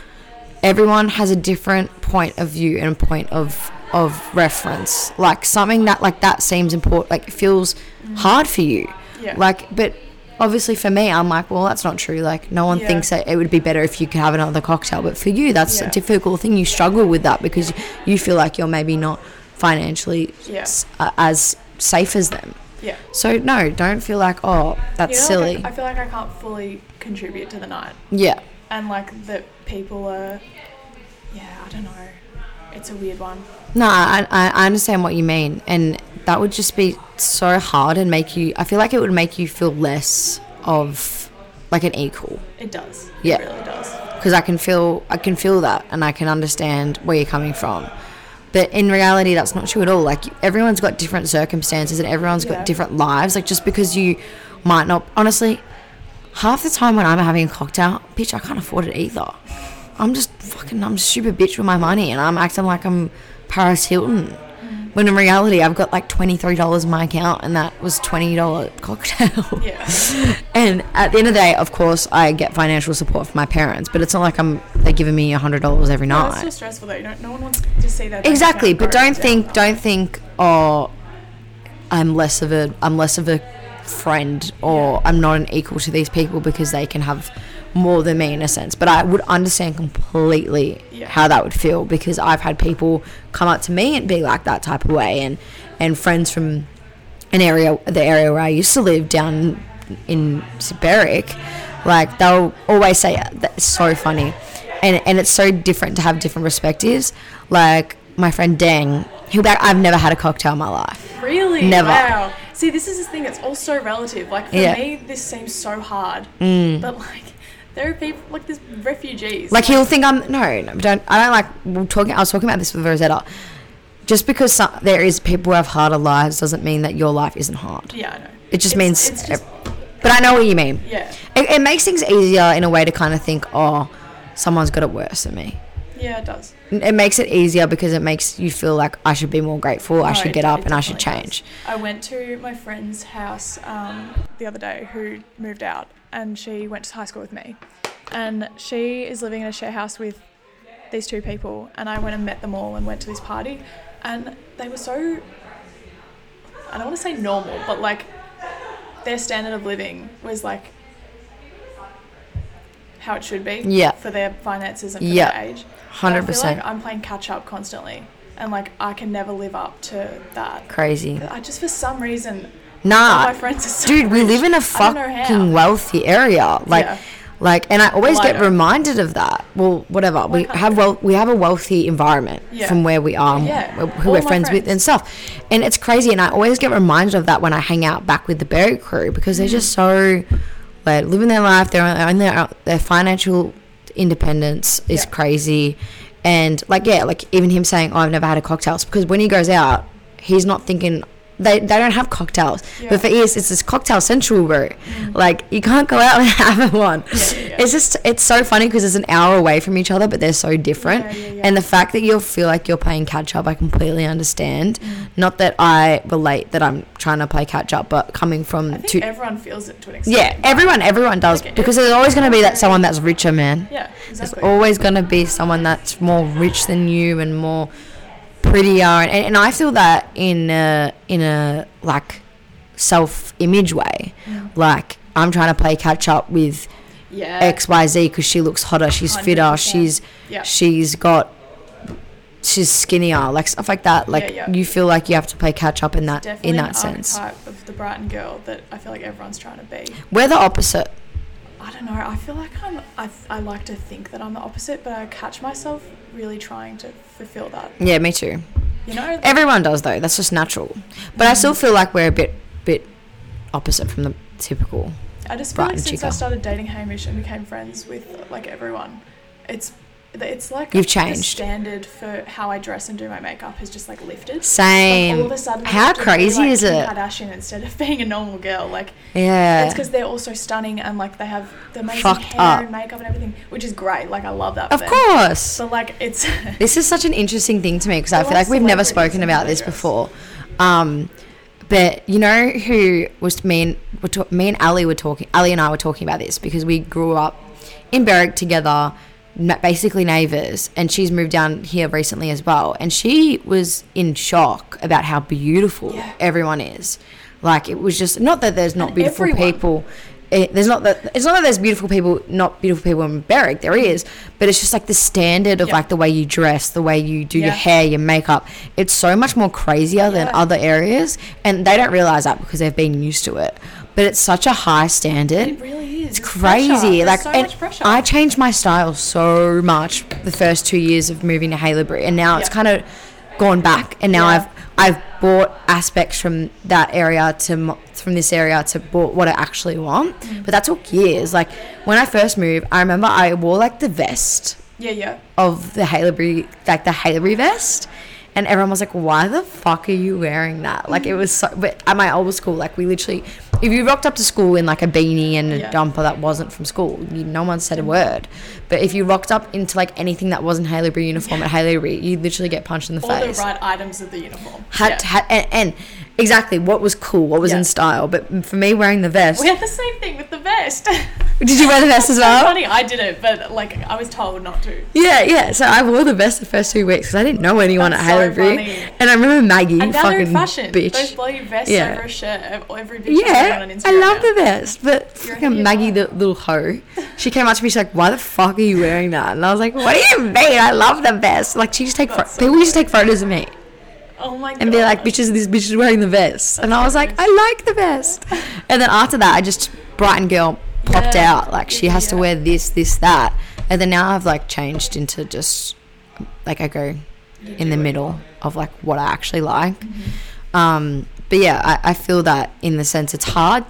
S1: Everyone has a different point of view and a point of of reference. Like something that like that seems important. Like feels
S2: Mm.
S1: hard for you.
S2: Yeah.
S1: Like, but obviously for me, I'm like, well, that's not true. Like, no one
S2: Yeah.
S1: thinks that it would be better if you could have another cocktail. But for you, that's a
S2: Yeah.
S1: difficult thing. You struggle with that because you feel like you're maybe not financially
S2: Yeah.
S1: s- uh, as safe as them.
S2: yeah.
S1: So no, don't feel like oh that's
S2: You know,
S1: silly.
S2: Like, I feel like I can't fully contribute to the night,
S1: yeah,
S2: and like that people are. Yeah, I don't know. It's a weird one.
S1: no, I, I I understand what you mean, and that would just be so hard and make you. I feel like it would make you feel less of like an equal.
S2: It does.
S1: Yeah.
S2: It really does.
S1: because I can feel I can feel that and I can understand where you're coming from. But in reality, that's not true at all. Like everyone's got different circumstances and everyone's
S2: Yeah.
S1: got different lives. Like just because you might not, honestly, half the time when I'm having a cocktail, bitch, I can't afford it either. I'm just fucking, I'm a stupid bitch with my money, and I'm acting like I'm Paris Hilton. When in reality, I've got like twenty three dollars in my account, and that was twenty dollar cocktail.
S2: Yeah.
S1: And at the end of the day, of course, I get financial support from my parents, but it's not like I'm they're giving me hundred dollars every
S2: No, it's
S1: night.
S2: so stressful though. You don't, no one wants to see that.
S1: exactly, but don't think
S2: Don't.
S1: don't think oh, I'm less of a I'm less of a friend or I'm not an equal to these people because they can have more than me in a sense. But I would understand completely
S2: Yeah.
S1: how that would feel because I've had people come up to me and be like that type of way, and and friends from an area, the area where I used to live down in Berwick, like they'll always say that's so funny, and and it's so different to have different perspectives. Like my friend Dang, he'll be like, I've never had a cocktail in my life.
S2: Really?
S1: Never.
S2: Wow. See, this is the thing. It's all so relative. Like for
S1: Yeah. Mm.
S2: me, this seems so hard. But like, there are people like there's refugees.
S1: Like he'll think I'm no, no, don't. I don't like we're talking. I was talking about this with Rosetta. Just because some, there is people who have harder lives doesn't mean that your life isn't hard.
S2: Yeah, I know.
S1: It just
S2: It's-
S1: means.
S2: It's just,
S1: but I know what you mean.
S2: yeah.
S1: It, it makes things easier in a way to kind of think, oh, someone's got it worse than me.
S2: Yeah, it does.
S1: N- It makes it easier because it makes you feel like I should be more grateful. I
S2: No,
S1: should
S2: Oh, it
S1: get
S2: de-
S1: up
S2: it
S1: and I should
S2: definitely
S1: change.
S2: I went to my friend's house um, the other day who moved out and she went to high school with me. And she is living in a share house with these two people. And I went and met them all and went to this party. And they were so, I don't want to say normal, but like their standard of living was like how it should be
S1: Yeah.
S2: for their finances and for
S1: Yeah.
S2: their age. And I
S1: Hundred
S2: feel
S1: percent
S2: Like I'm playing catch up constantly, and like I can never live up to that.
S1: crazy.
S2: I just for some reason, all my
S1: Nah,
S2: friends are so
S1: Uh, dude, we
S2: rich.
S1: live in a
S2: I don't know how.
S1: fucking wealthy area. Like,
S2: Yeah.
S1: like, and I always get
S2: Lighter.
S1: reminded of that. Well, whatever. We have
S2: 100.
S1: well, we have a wealthy environment
S2: Yeah.
S1: from where we are, and
S2: Yeah.
S1: wh- who
S2: All
S1: we're
S2: my
S1: friends, with,
S2: friends.
S1: and stuff. And it's crazy. And I always get reminded of that when I hang out back with the Berry crew because they're just so like living their life. They're on their their financial independence is
S2: Yeah.
S1: crazy. And like yeah, like even him saying, "Oh, I've never had a cocktail," It's because when he goes out, he's not thinking. They, they don't have cocktails,
S2: Yeah. Mm.
S1: but for us, it's this cocktail central route. Like you can't go out and have one.
S2: yeah.
S1: It's just it's so funny because it's an hour away from each other, but they're so different.
S2: Yeah, yeah, yeah.
S1: And the fact that you'll feel like you're playing catch up, I completely understand.
S2: Mm.
S1: Not that I relate that I'm trying to play catch up, but coming
S2: I
S1: from
S2: think
S1: two,
S2: everyone feels it to an extent.
S1: yeah, everyone everyone does
S2: Like,
S1: because there's always going to be that
S2: every-
S1: someone that's richer, man.
S2: Yeah,
S1: There's
S2: exactly.
S1: always going to be someone that's more rich than you and more prettier, and, and I feel that in a, in a like self image way,
S2: Mm.
S1: like. I'm trying to play catch up with
S2: yeah.
S1: XYZ because she looks hotter, she's fitter,
S2: 100%.
S1: she's
S2: yeah.
S1: she's got she's skinnier, like stuff like that. Like
S2: yeah.
S1: you feel like you have to play catch up in that
S2: Definitely Oh,
S1: in
S2: an
S1: that sense.
S2: archetype of the Brighton girl that I feel like everyone's trying to be.
S1: We're the opposite.
S2: I don't know. I feel like I'm. I, I like to think that I'm the opposite, but I catch myself really trying to fulfill that.
S1: Yeah, me too.
S2: You know, like,
S1: Everyone does though. That's just natural. But I
S2: Mm.
S1: still feel like we're a bit bit opposite from the typical.
S2: I just feel like
S1: Brighton
S2: since I
S1: chica.
S2: started dating Hamish and became friends with like everyone, it's it's like
S1: You've
S2: the
S1: changed.
S2: standard for how I dress and do my makeup has just like lifted. Like, all
S1: Same.
S2: of a sudden, I
S1: How
S2: have to be,
S1: crazy
S2: like,
S1: is
S2: Kim
S1: it?
S2: Kardashian instead of being a normal girl, like
S1: yeah.
S2: it's because they're also stunning and like they have the amazing
S1: Fucked
S2: hair
S1: up.
S2: and makeup and everything, which is great. Like I love that. for
S1: of
S2: them.
S1: course.
S2: But like it's
S1: This is such an interesting thing to me because I
S2: They're
S1: feel
S2: like
S1: like we've never
S2: celebrities
S1: spoken
S2: in
S1: about this
S2: progress.
S1: before. Um, but you know who was me and we're ta- me and Ali were talking. Ali and I were talking about this because we grew up in Berwick together, na- basically neighbors, and she's moved down here recently as well. And she was in shock about how beautiful
S2: Yeah.
S1: everyone is. Like it was just not that there's not
S2: And
S1: beautiful
S2: everyone.
S1: people. It, there's not that it's not that there's beautiful people, not beautiful people in Berwick. There is, but it's just like the standard of
S2: Yeah.
S1: like the way you dress, the way you do your
S2: Yeah.
S1: hair, your makeup. It's so much more crazier than
S2: Yeah.
S1: other areas, and they don't realize that because they've been used to it. But it's such a high standard.
S2: it really is. It's,
S1: crazy.
S2: pressure. There's
S1: Like
S2: so
S1: and
S2: much pressure.
S1: I changed my style so much the first two years of moving to Haileybury, and now it's
S2: Yeah.
S1: kind of gone back. And now
S2: Yeah.
S1: I've I've bought aspects from that area to m- from this area to bought what I actually want.
S2: Mm.
S1: But that took years. Like when I first moved, I remember I wore like the vest
S2: yeah, yeah.
S1: of the Haileybury, like the Haileybury vest. And everyone was like, why the fuck are you wearing that? Like, it was so, but at my old school, like, we literally, if you rocked up to school in like a beanie and a
S2: Yeah. Mm.
S1: jumper that wasn't from school, you, no one said a word. But if you rocked up into like anything that wasn't Haileybury uniform at Haileybury, you'd literally get punched in the
S2: All the
S1: face.
S2: right items of the uniform.
S1: Had,
S2: Yeah.
S1: had, and, and exactly what was cool, what was
S2: Yeah.
S1: in style. But for me, wearing the vest,
S2: We had the same thing with the vest.
S1: did you wear the vest as
S2: It's
S1: well?
S2: funny, I didn't, but like I was told not to.
S1: Yeah, yeah. So I wore the vest the first two weeks because I didn't know anyone
S2: That's
S1: at
S2: so
S1: Haileybury,
S2: funny.
S1: and I remember Maggie,
S2: And now they're
S1: fucking
S2: in fashion. Those
S1: bitch.
S2: bloody vests
S1: Yeah.
S2: over a shirt. ev- Every bitch yeah,
S1: Yeah,
S2: on Instagram.
S1: I love
S2: now.
S1: the vest, but
S2: You're an
S1: fucking
S2: idiot.
S1: Maggie, the little hoe, she came up to me. She's like, "Why the fuck are you wearing that?" And I was like, "What do you mean? I love the vest." Like she used to take fo-
S2: That's so
S1: people used to take photos of me
S2: Oh my god.
S1: and be like, "Bitches, this bitch is wearing the vest," and I was like,
S2: hilarious.
S1: "I like the vest." And then after that, I just Brighton girl popped
S2: Yeah.
S1: out. Like she
S2: Yeah,
S1: has to
S2: yeah.
S1: wear this, this, that, and then now I've like changed into just like I go
S2: You
S1: in
S2: do
S1: the
S2: it. Mm-hmm.
S1: middle of like what I actually like. Um, but yeah, I, I feel that in the sense it's hard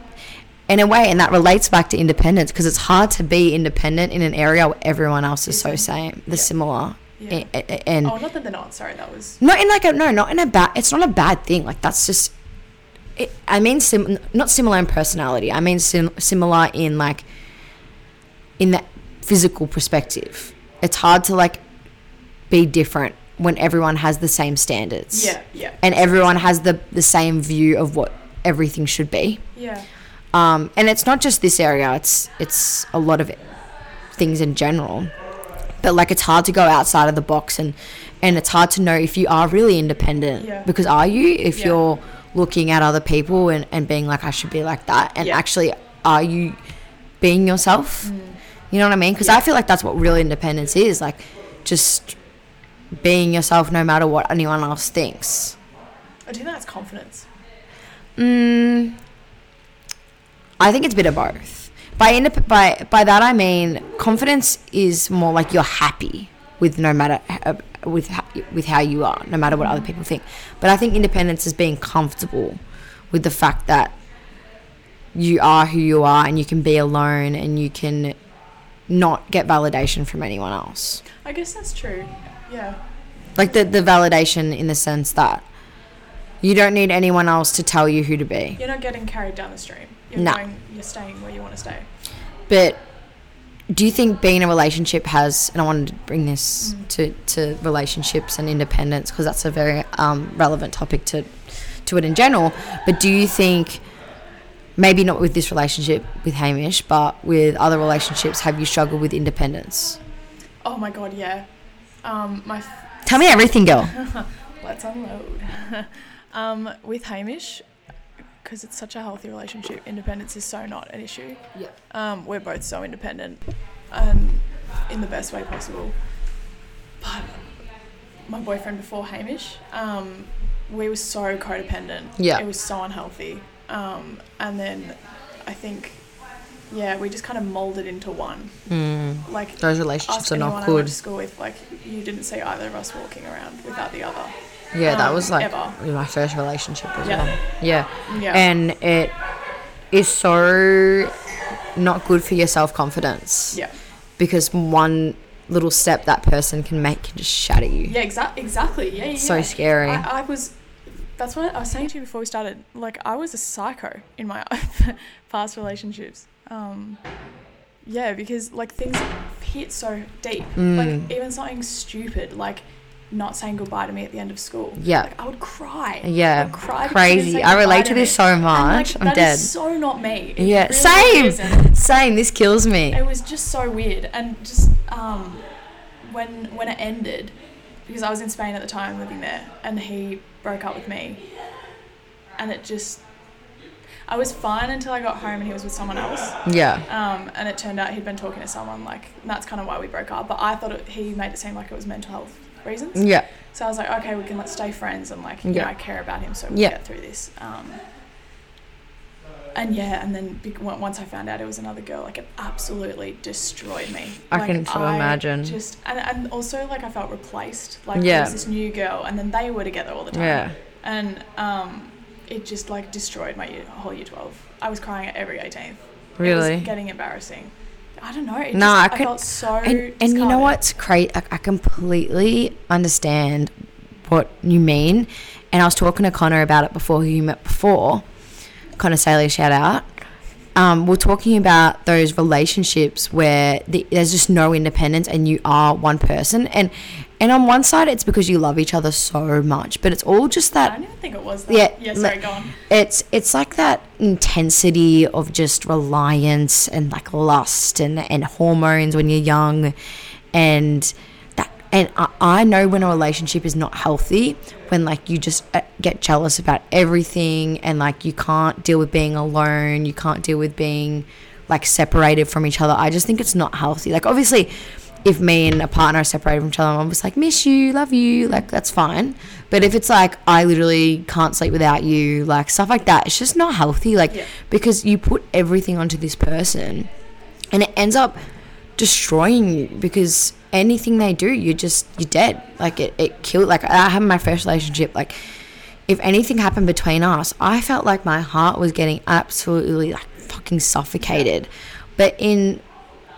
S1: in a way, and that relates back to independence because it's hard to be independent in an area where everyone else is so same, the
S2: Yeah.
S1: similar,
S2: Yeah.
S1: A- a- a- and
S2: Oh, not that they're not. Sorry, that was.
S1: not in like a no, not in a bad. It's not a bad thing. Like that's just. It, I mean, sim, not similar in personality. I mean, sim, similar in like in that physical perspective. it's hard to like be different when everyone has the same standards.
S2: Yeah, yeah,
S1: And everyone has the the same view of what everything should be.
S2: yeah,
S1: Um, and it's not just this area; it's it's a lot of things in general. But like, it's hard to go outside of the box, and and it's hard to know if you are really independent.
S2: Yeah.
S1: Because are you? If
S2: Yeah.
S1: you're looking at other people and and being like, I should be like that, and
S2: Yeah. Mm.
S1: actually, are you being yourself? You know what I mean? Because I feel like that's what real independence is, like just being yourself no matter what anyone else thinks.
S2: I do think that's confidence.
S1: Mm, I think it's a bit of both. By indep- by by that I mean confidence is more like you're happy with no matter uh, with ho- with how you are, no matter what other people think. But I think independence is being comfortable with the fact that you are who you are and you can be alone and you can not get validation from anyone else.
S2: I guess that's true. Yeah,
S1: Like the the validation in the sense that you don't need anyone else to tell you who to be.
S2: you're not getting carried down the stream. You're
S1: No.
S2: going, you're staying where you want to stay.
S1: But do you think being in a relationship has, and I wanted to bring this
S2: Mm.
S1: to, to relationships and independence because that's a very um, relevant topic to, to it in general. But do you think, maybe not with this relationship with Hamish, but with other relationships, have you struggled with independence?
S2: Oh my god, yeah. Um, my f-
S1: Tell me everything, girl.
S2: Let's unload. um, with Hamish, because it's such a healthy relationship, independence is so not an issue.
S1: Yeah.
S2: Um, we're both so independent um, in the best way possible. But my boyfriend before Hamish, um, we were so codependent.
S1: Yeah.
S2: It was so unhealthy. Um, and then I think, yeah, we just kind of molded into one.
S1: Mm,
S2: Like,
S1: those
S2: ask
S1: relationships are
S2: anyone
S1: not
S2: I went
S1: good.
S2: to school with, like, you didn't see either of us walking around without the other.
S1: Yeah, that
S2: um,
S1: was like
S2: ever.
S1: my first relationship as
S2: Yeah.
S1: well. Yeah.
S2: Yeah.
S1: And it is so not good for your self confidence.
S2: yeah.
S1: because one little step that person can make can just shatter you.
S2: Yeah, exa- exactly. Yeah, yeah.
S1: It's so
S2: yeah.
S1: scary.
S2: I, I was. That's what I was saying to you before we started. Like, I was a psycho in my past relationships. Um, yeah, because like things hit so deep.
S1: Mm.
S2: Like even something stupid, like not saying goodbye to me at the end of school.
S1: Yeah.
S2: Like I would cry.
S1: yeah,
S2: I'd cry because she didn't
S1: crazy.
S2: say
S1: I relate
S2: goodbye
S1: to this
S2: me.
S1: so
S2: And, like,
S1: much. I'm
S2: that
S1: dead.
S2: is so not me. It
S1: yeah,
S2: really isn't
S1: same, same. This kills me.
S2: it was just so weird and just um, when when it ended because I was in Spain at the time living there and he broke up with me and it just I was fine until I got home and he was with someone else
S1: Yeah,
S2: um, and it turned out he'd been talking to someone like and that's kind of why we broke up but I thought it, he made it seem like it was mental health reasons
S1: yeah,
S2: so I was like, okay, we can let's stay friends and like, you
S1: Yeah.
S2: know, I care about him, so we'll
S1: Yeah.
S2: get through this. Um, and yeah, and then bec- on- once I found out it was another girl, like it absolutely destroyed me.
S1: I
S2: Like,
S1: can so imagine.
S2: Just and, and also like I felt replaced. Like
S1: Yeah.
S2: there was this new girl, and then they were together all the time.
S1: yeah.
S2: And um, it just like destroyed my year, whole year twelve. I was crying at every eighteenth. It
S1: Really.
S2: was getting embarrassing. I don't know. It
S1: No,
S2: just,
S1: I
S2: I,
S1: could-
S2: felt so.
S1: and, and you know
S2: discarded.
S1: what's crazy? I, I completely understand what you mean. And I was talking to Connor about it before who you met before. Connor Sailor, shout out. Um, we're talking about those relationships where the, there's just no independence and you are one person. And and on one side, it's because you love each other so much, but it's all just
S2: I
S1: that
S2: don't even think it was that.
S1: Yeah,
S2: Yeah. Yeah. Sorry.
S1: le-
S2: Go on.
S1: it's it's like that intensity of just reliance and like lust and and hormones when you're young and that and I, I know when a relationship is not healthy when like you just uh, get jealous about everything and like you can't deal with being alone you can't deal with being like separated from each other i just think it's not healthy like obviously if me and a partner are separated from each other, I'm just like, miss you, love you, like that's fine. But if it's like, I literally can't sleep without you, like stuff like that, it's just not healthy. Like,
S2: Yeah.
S1: because you put everything onto this person and it ends up destroying you because anything they do, you're just, you're dead. Like, it, it killed. Like, I had my first relationship, like, if anything happened between us, I felt like my heart was getting absolutely like fucking suffocated. But in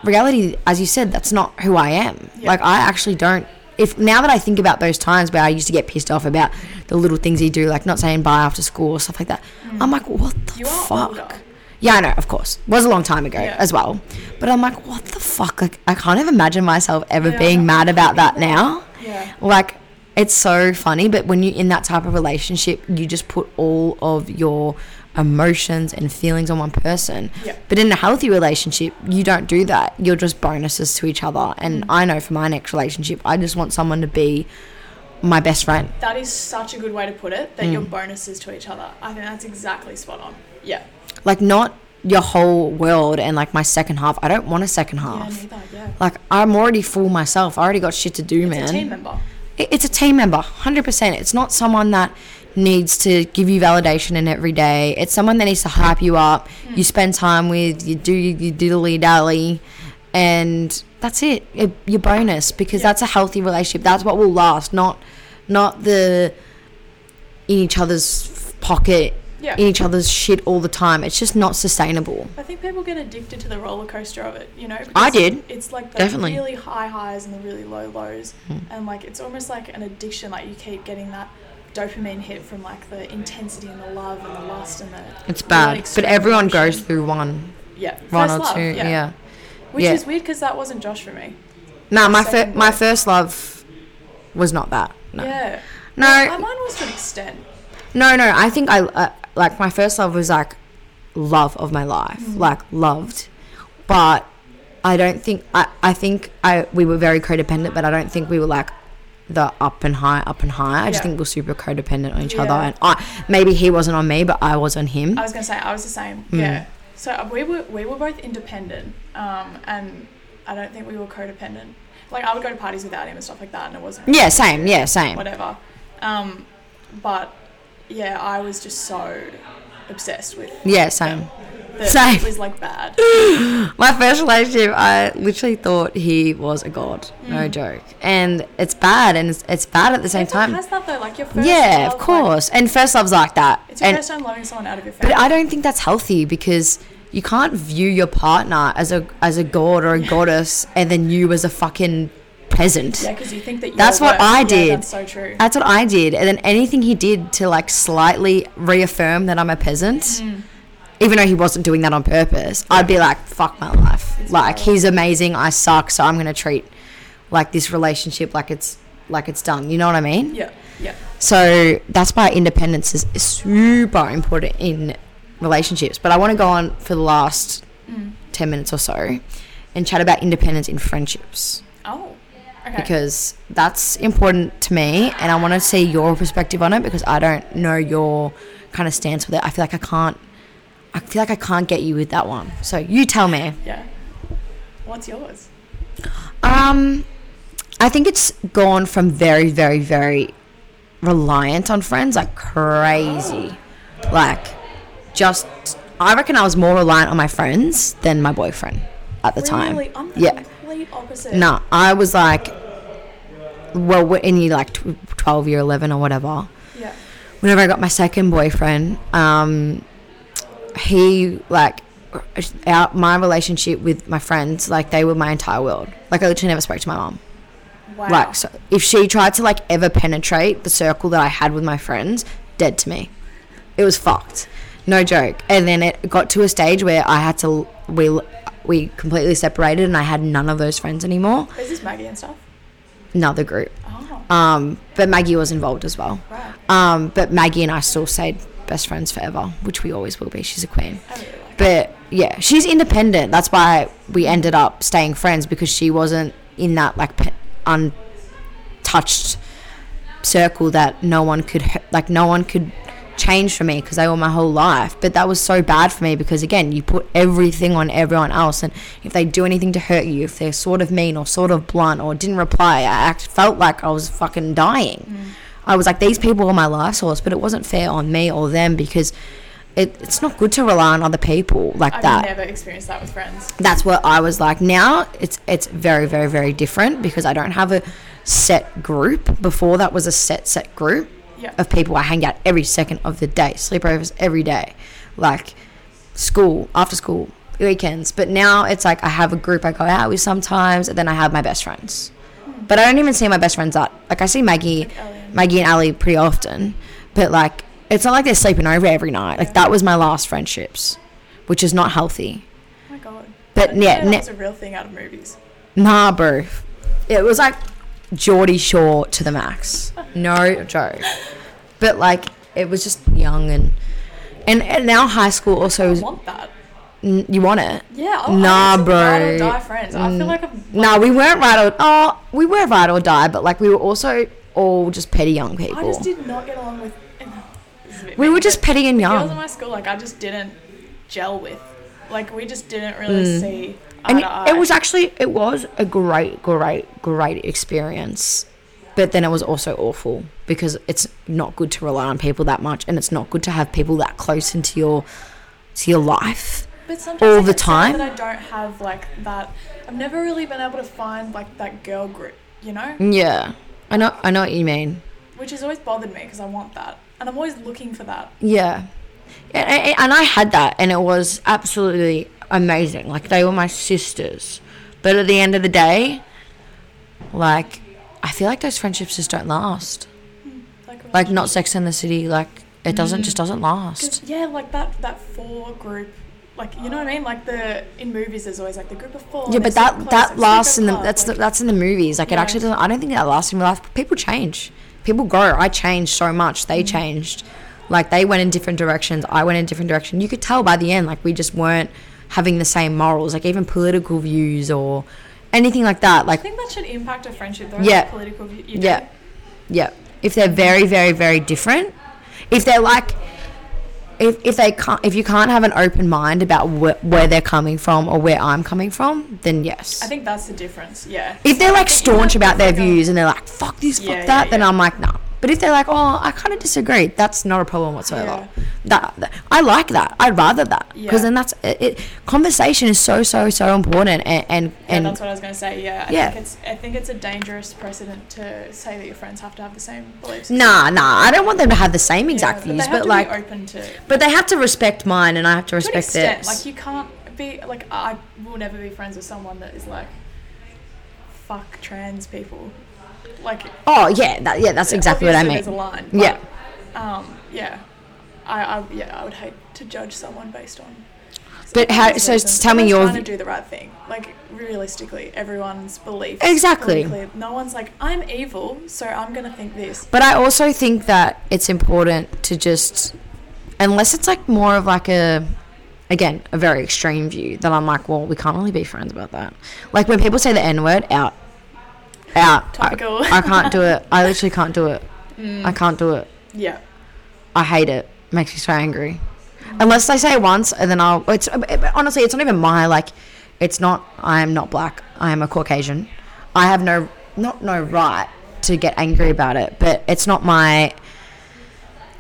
S1: reality, as you said, that's not who I am.
S2: Yeah.
S1: Like I actually don't. If now that I think about those times where I used to get pissed off about the little things you do, like not saying bye after school or stuff like that, I'm like, what the
S2: Mm. You are
S1: fuck?
S2: older.
S1: Yeah, I know, of course. Was a long time ago
S2: Yeah.
S1: as well. But I'm like, what the fuck? Like, I can't even imagine myself ever
S2: Yeah.
S1: being mad about that now.
S2: Yeah.
S1: Like, it's so funny, but when you're in that type of relationship, you just put all of your emotions and feelings on one person.
S2: Yeah.
S1: But in a healthy relationship, you don't do that. You're just bonuses to each other. And
S2: Mm.
S1: I know for my next relationship, I just want someone to be my best friend.
S2: That is such a good way to put it. That your
S1: Hmm.
S2: bonuses to each other. I think that's exactly spot on. Yeah.
S1: Like, not your whole world and like my second half. I don't want a second half.
S2: Yeah. Neither. Yeah.
S1: Like I'm already full myself. I already got shit to do, man.
S2: It's a team member.
S1: I- It's a team member, hundred percent. It's not someone that needs to give you validation in every day. It's someone that needs to hype you up.
S2: Hmm.
S1: You spend time with. You do you diddly dally, and that's it. Y- Your bonus because
S2: Yeah.
S1: that's a healthy relationship. That's what will last. Not not the in each other's pocket,
S2: Yeah.
S1: in each other's shit all the time. It's just not sustainable.
S2: I think people get addicted to the roller coaster of it, you know.
S1: I
S2: because
S1: did.
S2: It's like the
S1: Definitely. Hmm.
S2: really high highs and the really low lows, and like it's almost like an addiction. Like you keep getting that dopamine hit from like the intensity and the love and the lust and the.
S1: It's
S2: the
S1: bad, but
S2: extreme
S1: everyone
S2: emotion.
S1: goes through one,
S2: Yeah,
S1: one
S2: first
S1: or
S2: love,
S1: two.
S2: Yeah.
S1: yeah.
S2: which
S1: yeah.
S2: is weird because that wasn't Josh for me.
S1: No, my fir-
S2: Second
S1: my
S2: love.
S1: first love was not that. No,
S2: Yeah.
S1: No.
S2: Well, mine was to an extent.
S1: no, no. I think I uh, like my first love was like love of my life,
S2: Mm.
S1: like loved, but I don't think I I think I we were very codependent, but I don't think we were like the up and high, up and high. I just
S2: Yeah.
S1: think we we're super codependent on each other,
S2: Yeah.
S1: and I maybe he wasn't on me, but I was on him.
S2: I was gonna say I was the same.
S1: Mm.
S2: Yeah. So uh, we were we were both independent, um, and I don't think we were codependent. Like I would go to parties without him and stuff like that, and it wasn't
S1: yeah, same. Yeah, same.
S2: whatever. Um, but yeah, I was just so obsessed with
S1: Yeah, same.
S2: that
S1: Same.
S2: it was like bad.
S1: My first relationship, I literally thought he was a god.
S2: Mm.
S1: No joke. And it's bad, and it's, it's bad at the same
S2: Everyone
S1: time.
S2: has that though, like your first
S1: Yeah, of
S2: love, like,
S1: course. and first love's like that.
S2: it's your
S1: And
S2: first time loving someone out of your family.
S1: but I don't think that's healthy because you can't view your partner as a as a god or a goddess, and then you as a fucking peasant.
S2: yeah, because you think that
S1: That's
S2: your
S1: what I
S2: Yeah,
S1: did.
S2: that's so true.
S1: That's what I did. And then anything he did to like slightly reaffirm that I'm a peasant,
S2: Mm.
S1: even though he wasn't doing that on purpose, I'd be like, fuck my life. like he's amazing, I suck, so I'm gonna treat like this relationship like it's like it's done. You know what I mean?
S2: yeah, yeah.
S1: So that's why independence is super important in relationships. But I wanna go on for the last ten minutes or so and chat about independence in friendships
S2: Oh, okay.
S1: because that's important to me and I want to see your perspective on it because I don't know your kind of stance with it. I feel like I can't I feel like I can't get you with that one. So you tell me.
S2: yeah. What's yours?
S1: Um I think it's gone from very very very reliant on friends like crazy. Like just I reckon I was more reliant on my friends than my boyfriend at the time.
S2: Really, I'm the
S1: yeah.
S2: complete opposite.
S1: No, I was like, well, wh- in year like tw- 12, year 11 or whatever.
S2: Yeah.
S1: Whenever I got my second boyfriend, um, he like, our, my relationship with my friends, like they were my entire world. Like I literally never spoke to my mom.
S2: Wow.
S1: Like so, if she tried to like ever penetrate the circle that I had with my friends, dead to me. It was fucked, no joke. And then it got to a stage where I had to we we completely separated, and I had none of those friends anymore.
S2: Is this Maggie and stuff?
S1: Another group,
S2: Oh,
S1: um, but Maggie was involved as well.
S2: wow.
S1: Um, but Maggie and I still stayed best friends forever, which we always will be. She's a queen.
S2: I really like it.
S1: But yeah, she's independent. That's why we ended up staying friends because she wasn't in that like pe- untouched circle that no one could h- like no one could change for me because they were my whole life. But that was so bad for me because again, you put everything on everyone else, and if they do anything to hurt you, if they're sort of mean or sort of blunt or didn't reply, I act- felt like I was fucking dying. I was like, these people are my life source, but it wasn't fair on me or them because it, it's not good to rely on other people like
S2: I've
S1: that
S2: never experienced that with friends.
S1: that's what I was like. Now it's it's very very very different because I don't have a set group. Before that was a set set group
S2: Yeah.
S1: of people I hang out every second of the day, sleepovers every day, like school after school weekends. But now it's like I have a group I go out with sometimes, and then I have my best friends. But I don't even see my best friends that like I see Maggie,
S2: Ellie and-
S1: Maggie and Ali pretty often, but like it's not like they're sleeping over every night. Like that was my last friendships. which is not healthy.
S2: Oh my god.
S1: But yeah, ne-
S2: that's a real thing out of movies.
S1: Nah, bro. It was like Geordie Shore to the max. No joke. But like, it was just young and and, and now high school also.
S2: I
S1: Is,
S2: want that.
S1: n- you want it?
S2: Yeah. I-
S1: Nah,
S2: I want some ride or
S1: bro. Mm.
S2: Die friends. I feel like I'm.
S1: Nah, we weren't right or oh, we were right or die, but like we were also all just petty young people.
S2: I just did not get along with. this is a bit
S1: we
S2: mean,
S1: were
S2: but
S1: just petty and
S2: the girls in
S1: young,
S2: my school. Like I just didn't gel with. Like we just didn't really see.
S1: Mm.
S2: Eye
S1: and
S2: to
S1: it,
S2: eye.
S1: it was actually it was a great, great, great experience. But then it was also awful because it's not good to rely on people that much, and it's not good to have people that close into your to your life.
S2: But sometimes
S1: all
S2: I
S1: the
S2: get sad
S1: time.
S2: That I don't have like that. I've never really been able to find like that girl group, you
S1: Mm.
S2: know,
S1: Yeah, I know, I know what you mean.
S2: which has always bothered me because I want that, and I'm always looking for that.
S1: Yeah. And, and and I had that, and it was absolutely amazing. Like, they were my sisters. But at the end of the day, like, I feel like those friendships just don't last.
S2: Like, a
S1: Like, not Sex in the City, like, it doesn't, just doesn't last.
S2: 'Cause, Yeah, like that that four group. Like you know what I mean? Like the in movies, there's always like the group of four.
S1: Yeah,
S2: they're
S1: but
S2: super
S1: that
S2: close,
S1: that
S2: they're
S1: lasts
S2: super
S1: in the
S2: close,
S1: that's the
S2: like,
S1: that's in the movies. Like it
S2: Yeah.
S1: actually doesn't. I don't think that lasts in real life. People change. People grow. I changed so much. They changed. Like they went in different directions. I went in different direction. You could tell by the end. Like we just weren't having the same morals. Like even political views or anything like that.
S2: I
S1: Like
S2: think that should impact a friendship though.
S1: Yeah.
S2: Like political view. You know?
S1: yeah, yeah. If they're very very very different. If they're like. If, if they can't if you can't have an open mind about wh- where they're coming from or where I'm coming from, then yes.
S2: I think that's the difference. Yeah.
S1: If they're like
S2: But you
S1: staunch
S2: have
S1: about
S2: to
S1: their
S2: figure-
S1: views and they're like, fuck this, fuck
S2: Yeah, yeah,
S1: that, then
S2: yeah.
S1: I'm like, nah. But if they're like, oh, I kind of disagree, that's not a problem whatsoever.
S2: Yeah.
S1: That, that- I like that. I'd rather that because
S2: Yeah.
S1: then that's it, it. Conversation is so so so important, and and,
S2: Yeah,
S1: and
S2: that's what I was gonna say. Yeah, I
S1: Yeah.
S2: Think it's, I think it's a dangerous precedent to say that your friends have to have the same beliefs.
S1: nah nah, I don't want them to have the same
S2: Yeah,
S1: exact
S2: But,
S1: views,
S2: they have
S1: but
S2: to
S1: like,
S2: be open to, to
S1: but they have to respect mine, and I have to
S2: an
S1: respect
S2: extent.
S1: theirs.
S2: Like you can't be like I will never be friends with someone that is like fuck trans people. Like
S1: oh yeah, that, yeah, that's exactly what I
S2: obviously
S1: mean.
S2: There's a line. but,
S1: yeah,
S2: Um. Yeah. I, I. Yeah. I would hate to judge someone based on.
S1: But how- so
S2: reasons.
S1: tell me
S2: Everyone's
S1: your
S2: trying
S1: view-
S2: to do the right thing. Like realistically, everyone's beliefs.
S1: Exactly.
S2: politically- No one's like I'm evil, so I'm gonna think this.
S1: But I also think that it's important to just, unless it's like more of like a, again, a very extreme view that I'm like, well, we can't really be friends about that. Like when people say the N word, out, out. I,
S2: Topical. Mm.
S1: I can't do it. I literally can't do it. I can't do it.
S2: Yeah.
S1: I hate it. Makes me so angry. Unless they say it once, and then I'll. It's honestly, it's not even my like. It's not. I am not black. I am a Caucasian. I have no, not no right to get angry about it. But it's not my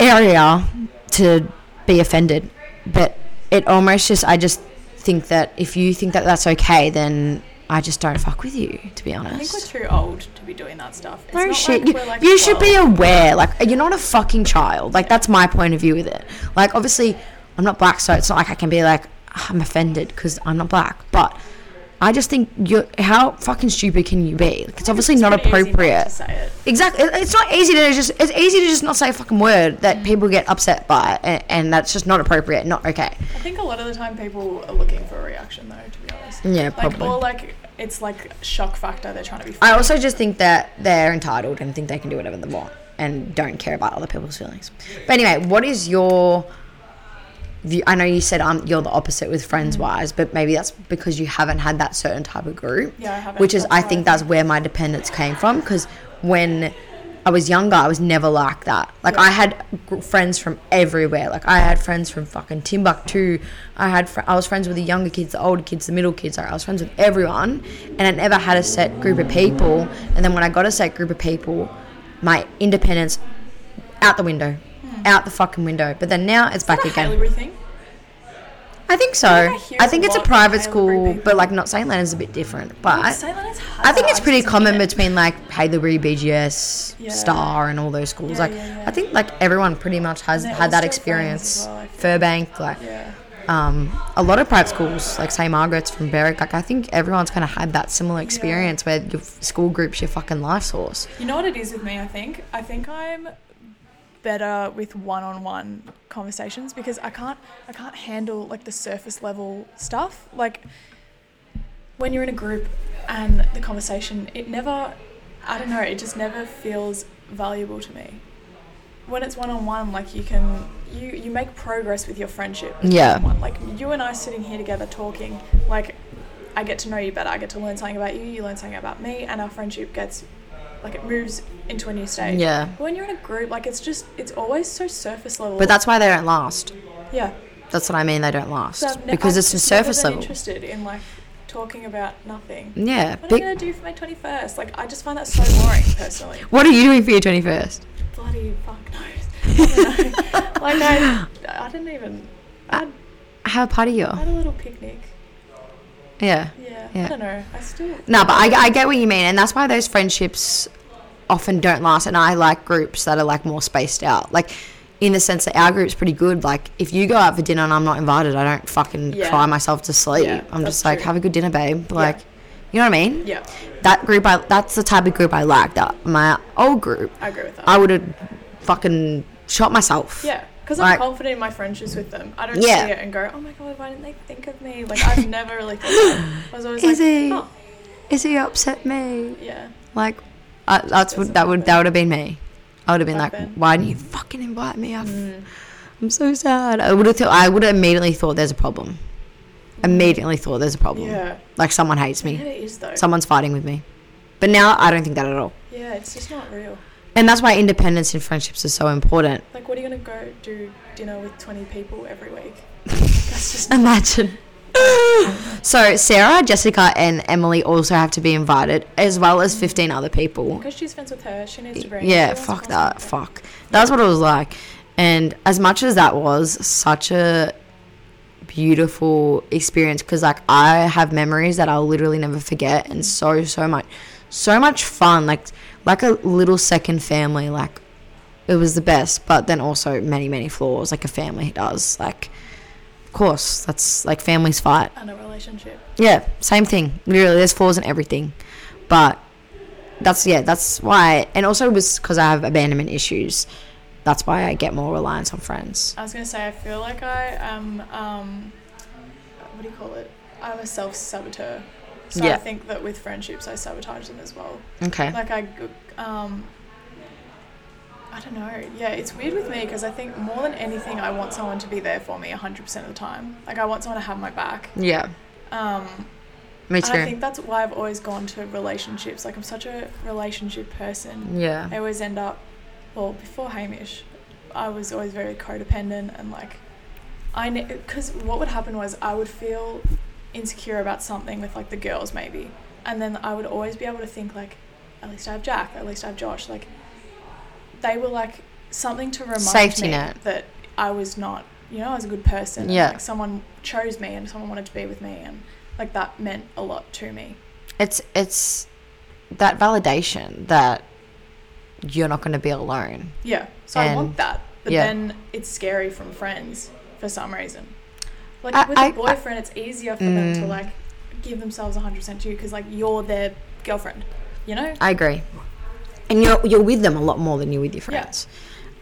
S1: area to be offended. But it almost just. I just think that if you think that that's okay, then I just don't fuck with you. To be honest.
S2: I think we're too old to be doing that stuff. It's
S1: No
S2: not
S1: shit.
S2: like
S1: you
S2: we're, like,
S1: you should be
S2: 12.
S1: aware. Like you're not a fucking child. Like that's my point of view with it. Like obviously I'm not black, so it's not like I can be like "Ah, I'm offended because I'm not black. But I just think you. are How fucking stupid can you be? Like, it's obviously
S2: It's
S1: not
S2: pretty easy
S1: appropriate.
S2: to say it.
S1: Exactly. It- It's not easy to just. It's easy to just not say a fucking word
S2: Mm.
S1: that people get upset by, and, and that's just not appropriate. Not okay.
S2: I think a lot of the time people are looking for a reaction though, to be honest.
S1: Yeah,
S2: Like
S1: Mm, probably.
S2: or like it's like shock factor. They're trying to be.
S1: I
S2: funny.
S1: also just think that they're entitled and think they can do whatever they want and don't care about other people's feelings. But anyway, what is your view? I know you said um, you're the opposite with
S2: Mm-hmm.
S1: friends wise, but maybe that's because you haven't had that certain type of group.
S2: Yeah, I haven't.
S1: Which is,
S2: That's
S1: I
S2: why I
S1: think that's where my dependence came from because when I was younger, I was never like that. Like, I had gr- friends from everywhere. Like, I had friends from fucking Timbuktu. I had, fr- I was friends with the younger kids, the older kids, the middle kids. Like, I was friends with everyone, and I never had a set group of people. And then when I got a set group of people, my independence out the window,
S2: Hmm.
S1: out the fucking window. But then now it's
S2: Is that
S1: back
S2: a
S1: again.
S2: Halebury thing?
S1: I think so.
S2: I
S1: I,
S2: hear
S1: think
S2: a
S1: it's a
S2: lot of
S1: private
S2: Halebury
S1: school,
S2: people.
S1: but like not St. Leonard's a bit different. But
S2: I,
S1: I, I think it's pretty common between like Halebury, BGS,
S2: Yeah.
S1: Star, and all those schools.
S2: Yeah,
S1: like
S2: yeah, yeah.
S1: I think like everyone pretty much has
S2: And they're
S1: had
S2: all
S1: that
S2: still friends as
S1: experience.
S2: well, I feel.
S1: Fairbank, like
S2: Yeah.
S1: um, a lot of private schools, like St. Margaret's from Berwick. Like I think everyone's kind of had that similar experience where your f- school group's your fucking life source.
S2: You know what it is with me, I think? I think I'm better with one-on-one conversations because I can't I can't handle like the surface level stuff. Like when you're in a group and the conversation, it never I don't know, it just never feels valuable to me. When it's one-on-one, like you can you you make progress with your friendship. with
S1: Yeah.
S2: someone. Like you and I sitting here together talking, like I get to know you better. I get to learn something about you. You learn something about me, and our friendship gets like it moves into a new stage.
S1: Yeah.
S2: But when you're in a group, like it's just it's always so surface level.
S1: But that's why they don't last.
S2: yeah.
S1: That's what I mean. They don't last
S2: So I've ne-
S1: because
S2: I've
S1: it's a
S2: just never
S1: surface
S2: been
S1: level.
S2: Interested in like talking about nothing.
S1: Yeah.
S2: What
S1: big-
S2: am I gonna do for my twenty first? Like I just find that so boring personally.
S1: what are you doing for your twenty first?
S2: Bloody fuck knows. I don't know. like I, I didn't even. I had,
S1: Have a party
S2: I
S1: year.
S2: had a little picnic.
S1: Yeah.
S2: Yeah,
S1: Yeah.
S2: I don't know. I still.
S1: No, but I, I get what you mean, and that's why those friendships often don't last. And I like groups that are like more spaced out, like in the sense that our group's pretty good. Like if you go out for dinner and I'm not invited, I don't fucking
S2: Yeah.
S1: cry myself to sleep.
S2: Yeah,
S1: I'm
S2: that's
S1: just like,
S2: true.
S1: have a good dinner, babe. Like, you know what I mean?
S2: Yeah,
S1: That group, I that's the type of group I like. That my old group,
S2: I agree with that.
S1: I would have fucking shot myself.
S2: Yeah, because I'm
S1: Like-
S2: confident in my friendships with them. I don't
S1: Yeah.
S2: see it and go, oh my god, why didn't they think of me? Like I've never really thought that. I was always
S1: Izzy.
S2: like, oh
S1: Is he upset me?
S2: yeah,
S1: Like, I, that's what that would that would have been me. I would have been like,
S2: Would've been.
S1: why didn't you fucking invite me? I f-
S2: Mm,
S1: I'm so sad. I would have thought I would have immediately thought there's a problem. Immediately thought there's a problem.
S2: yeah.
S1: Like someone hates
S2: Yeah,
S1: me.
S2: it is though.
S1: Someone's fighting with me. But now I don't think that at all.
S2: yeah, it's just not real.
S1: And that's why independence in friendships is so important.
S2: Like, what are you gonna go do dinner with 20 people every week? That's just
S1: Imagine. so Sarah, Jessica, and Emily also have to be invited, as well as 15 other people.
S2: because she's friends with her. She needs to bring.
S1: Yeah,
S2: everyone's
S1: fuck
S2: friends
S1: that.
S2: with her.
S1: Fuck. That's what it was like. And as much as that was such a beautiful experience, because like I have memories that I'll literally never forget, and
S2: Mm-hmm.
S1: so so much, so much fun. Like like a little second family. Like it was the best, but then also many many flaws. Like a family does. Like of course that's like families fight.
S2: And a relationship.
S1: Yeah, same thing. Literally, there's flaws in everything, but that's yeah, that's why. And also, it was because I have abandonment issues. That's why I get more reliance on friends.
S2: I was gonna say, I feel like I am. Um, what do you call it? I'm a self saboteur. So
S1: Yeah.
S2: I think that with friendships, I sabotage them as well.
S1: Okay.
S2: like I, g- um, I don't know. Yeah, it's weird with me because I think more than anything, I want someone to be there for me 100% of the time. Like I want someone to have my back.
S1: Yeah,
S2: Um,
S1: me
S2: and I
S1: too.
S2: think that's why I've always gone to relationships. Like I'm such a relationship person.
S1: Yeah.
S2: I always end up, well, before Hamish, I was always very codependent and like, I because what would happen was I would feel insecure about something with like the girls maybe, and then I would always be able to think like, at least I have Jack, at least I have Josh. Like, they were like something to remind
S1: Safety
S2: me
S1: net.
S2: that I was not, you know, I was a good person. and,
S1: Yeah.
S2: like, someone chose me and someone wanted to be with me and like that meant a lot to me.
S1: It's it's that validation that you're not going to be alone.
S2: Yeah. So I want
S1: And-
S2: that. But
S1: yeah.
S2: then it's scary from friends for some reason. Like
S1: I-
S2: with a
S1: I- I-
S2: boyfriend, it's easier for them to
S1: Mm.
S2: like give themselves 100% to you because like you're their girlfriend, you know?
S1: I agree. And you're you're with them a lot more than you're with your
S2: Yeah.
S1: friends.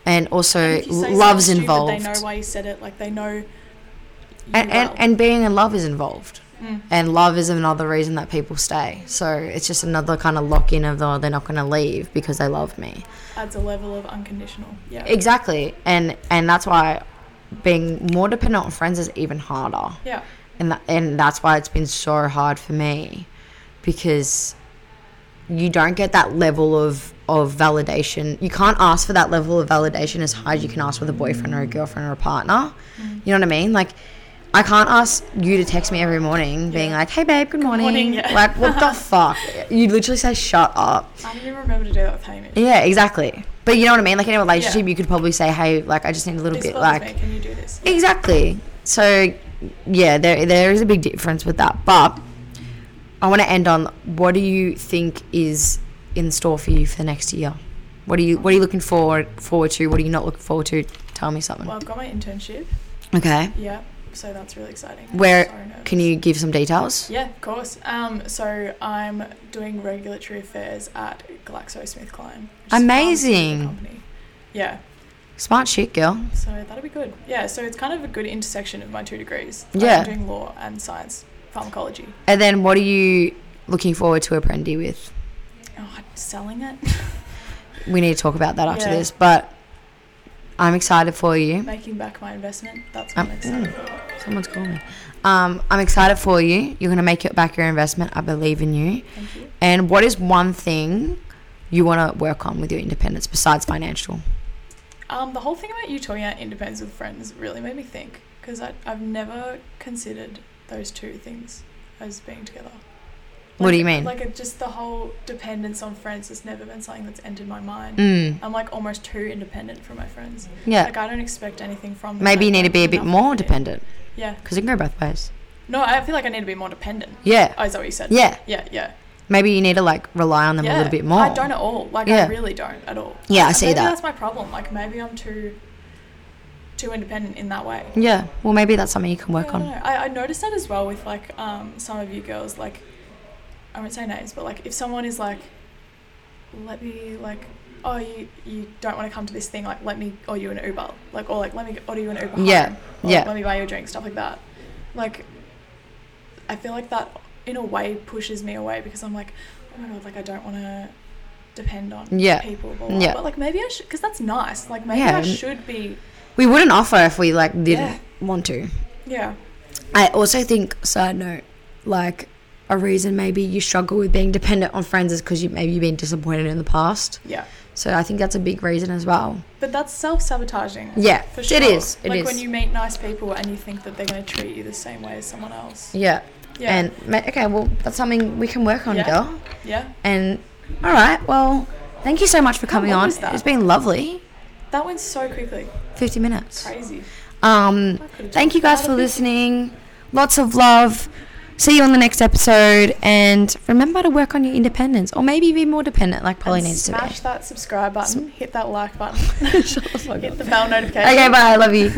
S1: And also,
S2: If you say something
S1: love's
S2: stupid,
S1: involved.
S2: They know why you said it. Like they know. You
S1: and,
S2: well.
S1: and, and being in love is involved
S2: Mm.
S1: and love is another reason that people stay so it's just another kind of lock in of oh they're not going to leave because they love me
S2: adds a level of unconditional. Yeah.
S1: exactly and and that's why being more dependent on friends is even harder
S2: yeah.
S1: and tha- and that's why it's been so hard for me because you don't get that level of of validation. You can't ask for that level of validation as high as you can ask with a boyfriend or a girlfriend or a partner.
S2: Mm.
S1: You know what I mean? Like I can't ask you to text me every morning being like, "Hey babe, good morning."
S2: morning, yeah.
S1: Like what the fuck? You literally say shut up.
S2: I didn't even remember to do that with Hamish.
S1: Yeah, exactly. But you know what I mean? Like in a relationship,
S2: Yeah.
S1: you could probably say, "Hey, like I just need a little
S2: This
S1: bit
S2: bothers
S1: like
S2: me. Can you do this?
S1: Exactly. So, yeah, there there is a big difference with that. But I want to end on what do you think is in store for you for the next year? What are you What are you looking forward forward to? What are you not looking forward to? Tell me something.
S2: Well, I've got my internship.
S1: Okay.
S2: Yeah. So that's really exciting. I'm
S1: Where-
S2: so nervous.
S1: Can you give some details?
S2: Yeah, of course. Um, so I'm doing regulatory affairs at GlaxoSmithKline. which is a pharmaceutical
S1: Amazing.
S2: Company. Yeah.
S1: Smart shit, girl.
S2: So that'll be good. Yeah, so it's kind of a good intersection of my two degrees.
S1: Yeah.
S2: I'm doing law and science, pharmacology.
S1: And then what are you looking forward to Apprendi with?
S2: Oh, selling it,
S1: We need to talk about that after
S2: Yeah.
S1: this, but I'm excited for you.
S2: making back my investment. That's
S1: Um,
S2: what I'm excited about.
S1: Someone's calling me. Um, I'm excited for you. You're going to make it back your investment. I believe in you.
S2: Thank you.
S1: And what is one thing you want to work on with your independence besides financial?
S2: Um, the whole thing about you talking about independence with friends really made me think because I've never considered those two things as being together.
S1: What do
S2: Like-
S1: you mean?
S2: Like, it, just the whole dependence on friends has never been something that's entered my mind.
S1: Mm.
S2: I'm like almost too independent from my friends.
S1: Yeah.
S2: Like, I don't expect anything from them.
S1: Maybe you
S2: I've
S1: need to
S2: done
S1: be a bit
S2: enough
S1: more
S2: of it.
S1: dependent
S2: Yeah.
S1: because it can go both ways.
S2: No, I feel like I need to be more dependent.
S1: Yeah.
S2: Oh, is that what you said?
S1: Yeah.
S2: Yeah, yeah.
S1: Maybe you need to like rely on them
S2: yeah.
S1: a little bit more.
S2: I don't at all. Like,
S1: Yeah.
S2: I really don't at all.
S1: Yeah, I
S2: And
S1: see
S2: maybe
S1: that.
S2: that's my problem. Like, maybe I'm too, too independent in that way.
S1: Yeah. Well, maybe that's something you can work
S2: Yeah, I don't
S1: on.
S2: know. I, I noticed that as well with like um, some of you girls. Like, I won't say names, but like if someone is like, let me like, oh you you don't want to come to this thing, like let me order you an Uber, like or like let me order you an Uber.
S1: Yeah,
S2: home, or, like,
S1: yeah.
S2: let me buy you a drink, stuff like that. Like, I feel like that in a way pushes me away because I'm like, oh my god, like I don't want to depend on
S1: Yeah,
S2: people. Blah, blah,
S1: yeah.
S2: But like maybe I should, because that's nice. Like maybe
S1: Yeah,
S2: I
S1: and-
S2: should be.
S1: We wouldn't offer if we like didn't
S2: Yeah.
S1: want to.
S2: Yeah.
S1: I also think, side note, like a reason maybe you struggle with being dependent on friends is because you maybe you've been disappointed in the past.
S2: Yeah.
S1: So I think that's a big reason as well.
S2: But that's self sabotaging.
S1: Yeah,
S2: For
S1: it
S2: sure.
S1: is, it
S2: like
S1: is.
S2: when you meet nice people and you think that they're going to treat you the same way as someone else.
S1: Yeah.
S2: Yeah.
S1: And ma- okay, well that's something we can work on,
S2: Yeah.
S1: girl.
S2: yeah.
S1: And all right, well, thank you so much for coming
S2: long
S1: on.
S2: was that?
S1: It's been lovely.
S2: That went so quickly.
S1: 50 minutes.
S2: Crazy.
S1: Um,
S2: I could've
S1: thank
S2: done
S1: you guys
S2: without
S1: for
S2: a bit.
S1: listening. Lots of love. See you on the next episode. And remember to work on your independence or maybe be more dependent, like Polly
S2: And
S1: needs to be.
S2: Smash that subscribe button, hit that like button,
S1: Shut the fuck
S2: hit
S1: up.
S2: the bell notification.
S1: Okay, bye. I love you.